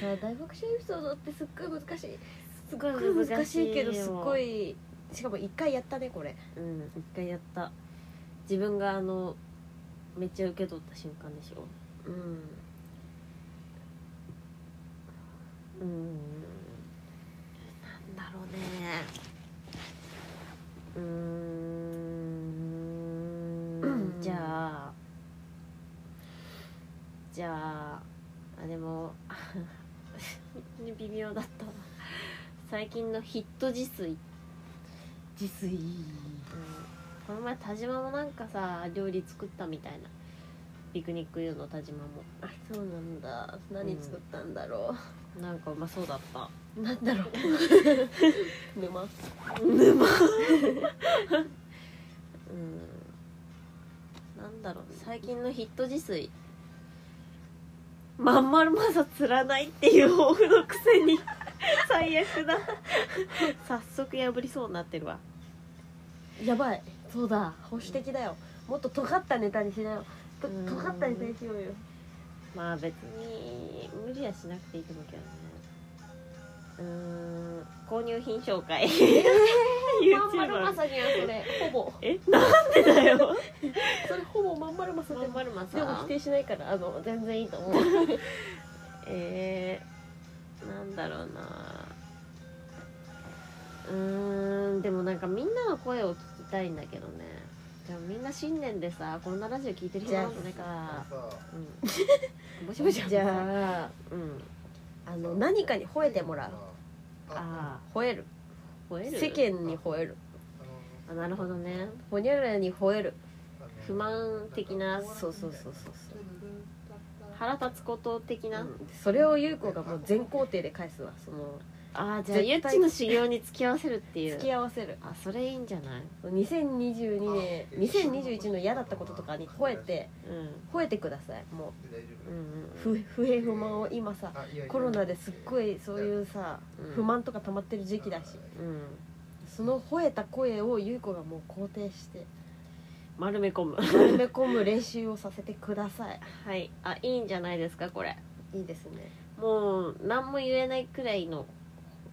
さ大爆笑エピソードってすっごい難しい
すごい
すっごい難しいけど
よ
すっごいしかも一回やったねこれ
うん一回やった自分があのめっちゃ受け取った瞬間でしょ
うん
うーんなんだろうねうーん
うん
じゃあじゃああでも微妙だったわ最近のヒット自炊、うん、
自炊
この前田島もなんかさ料理作ったみたいなピクニック U の田島も
あそうなんだ何作ったんだろ
なんかうまそうだった
う、なんだろ う沼
沼うんなんだろう最近のヒット自炊まんまるまさ釣らないっていう抱負のくせに最悪だ早速破りそうになってるわ
やばいそうだ保守的だよもっと尖ったネタにしなよと
うん
尖ったネタにしようよ
まあ別に無理はしなくていいと思うけどねうーん購入品紹介
まんまるま
YouTuber
さじゃんそれほぼ
えなんでだよ
それほぼまんまるまさ
ま
で
ん
も
まるま
でも否
さ
定しないからあの全然いいと思う
えー、なんだろうなうーんでもなんかみんなの声を聞きたいんだけどねでもみんな新年でさこんなラジオ聞いてる人なんじゃないからうんぼしぼし
じゃあ
うん
あの何かに吠えてもらう
あ
吠える
あ吠える
世間に吠える
あなるほどね
ほにゃららに吠える
不満的な
そうそうそうそうそう
腹立つこと的な、
うんそれを優子がもう全肯定で返すわその
ああじゃあゆっ
絶対
ちの修行に付き合わせるっていう
付き合わせる
あそれいいんじゃない
2022年2021の嫌だったこととかに吠えて
うん
吠えてくださいも
うんうん
う不不平不満を今さコロナですっごいそういうさ
うん
不満とか溜まってる時期だし
うん
その吠えた声を優子がもう肯定して
丸め込む
丸め込む練習をさせてください
はいあいいんじゃないですかこれ
いいですね
もう何も言えないくらいの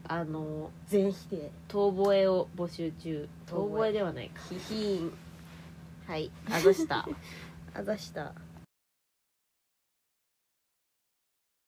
あの
全否定
遠吠えを募集中
遠吠え
遠吠えではないか
ヒヒーン
はいあざした
あざした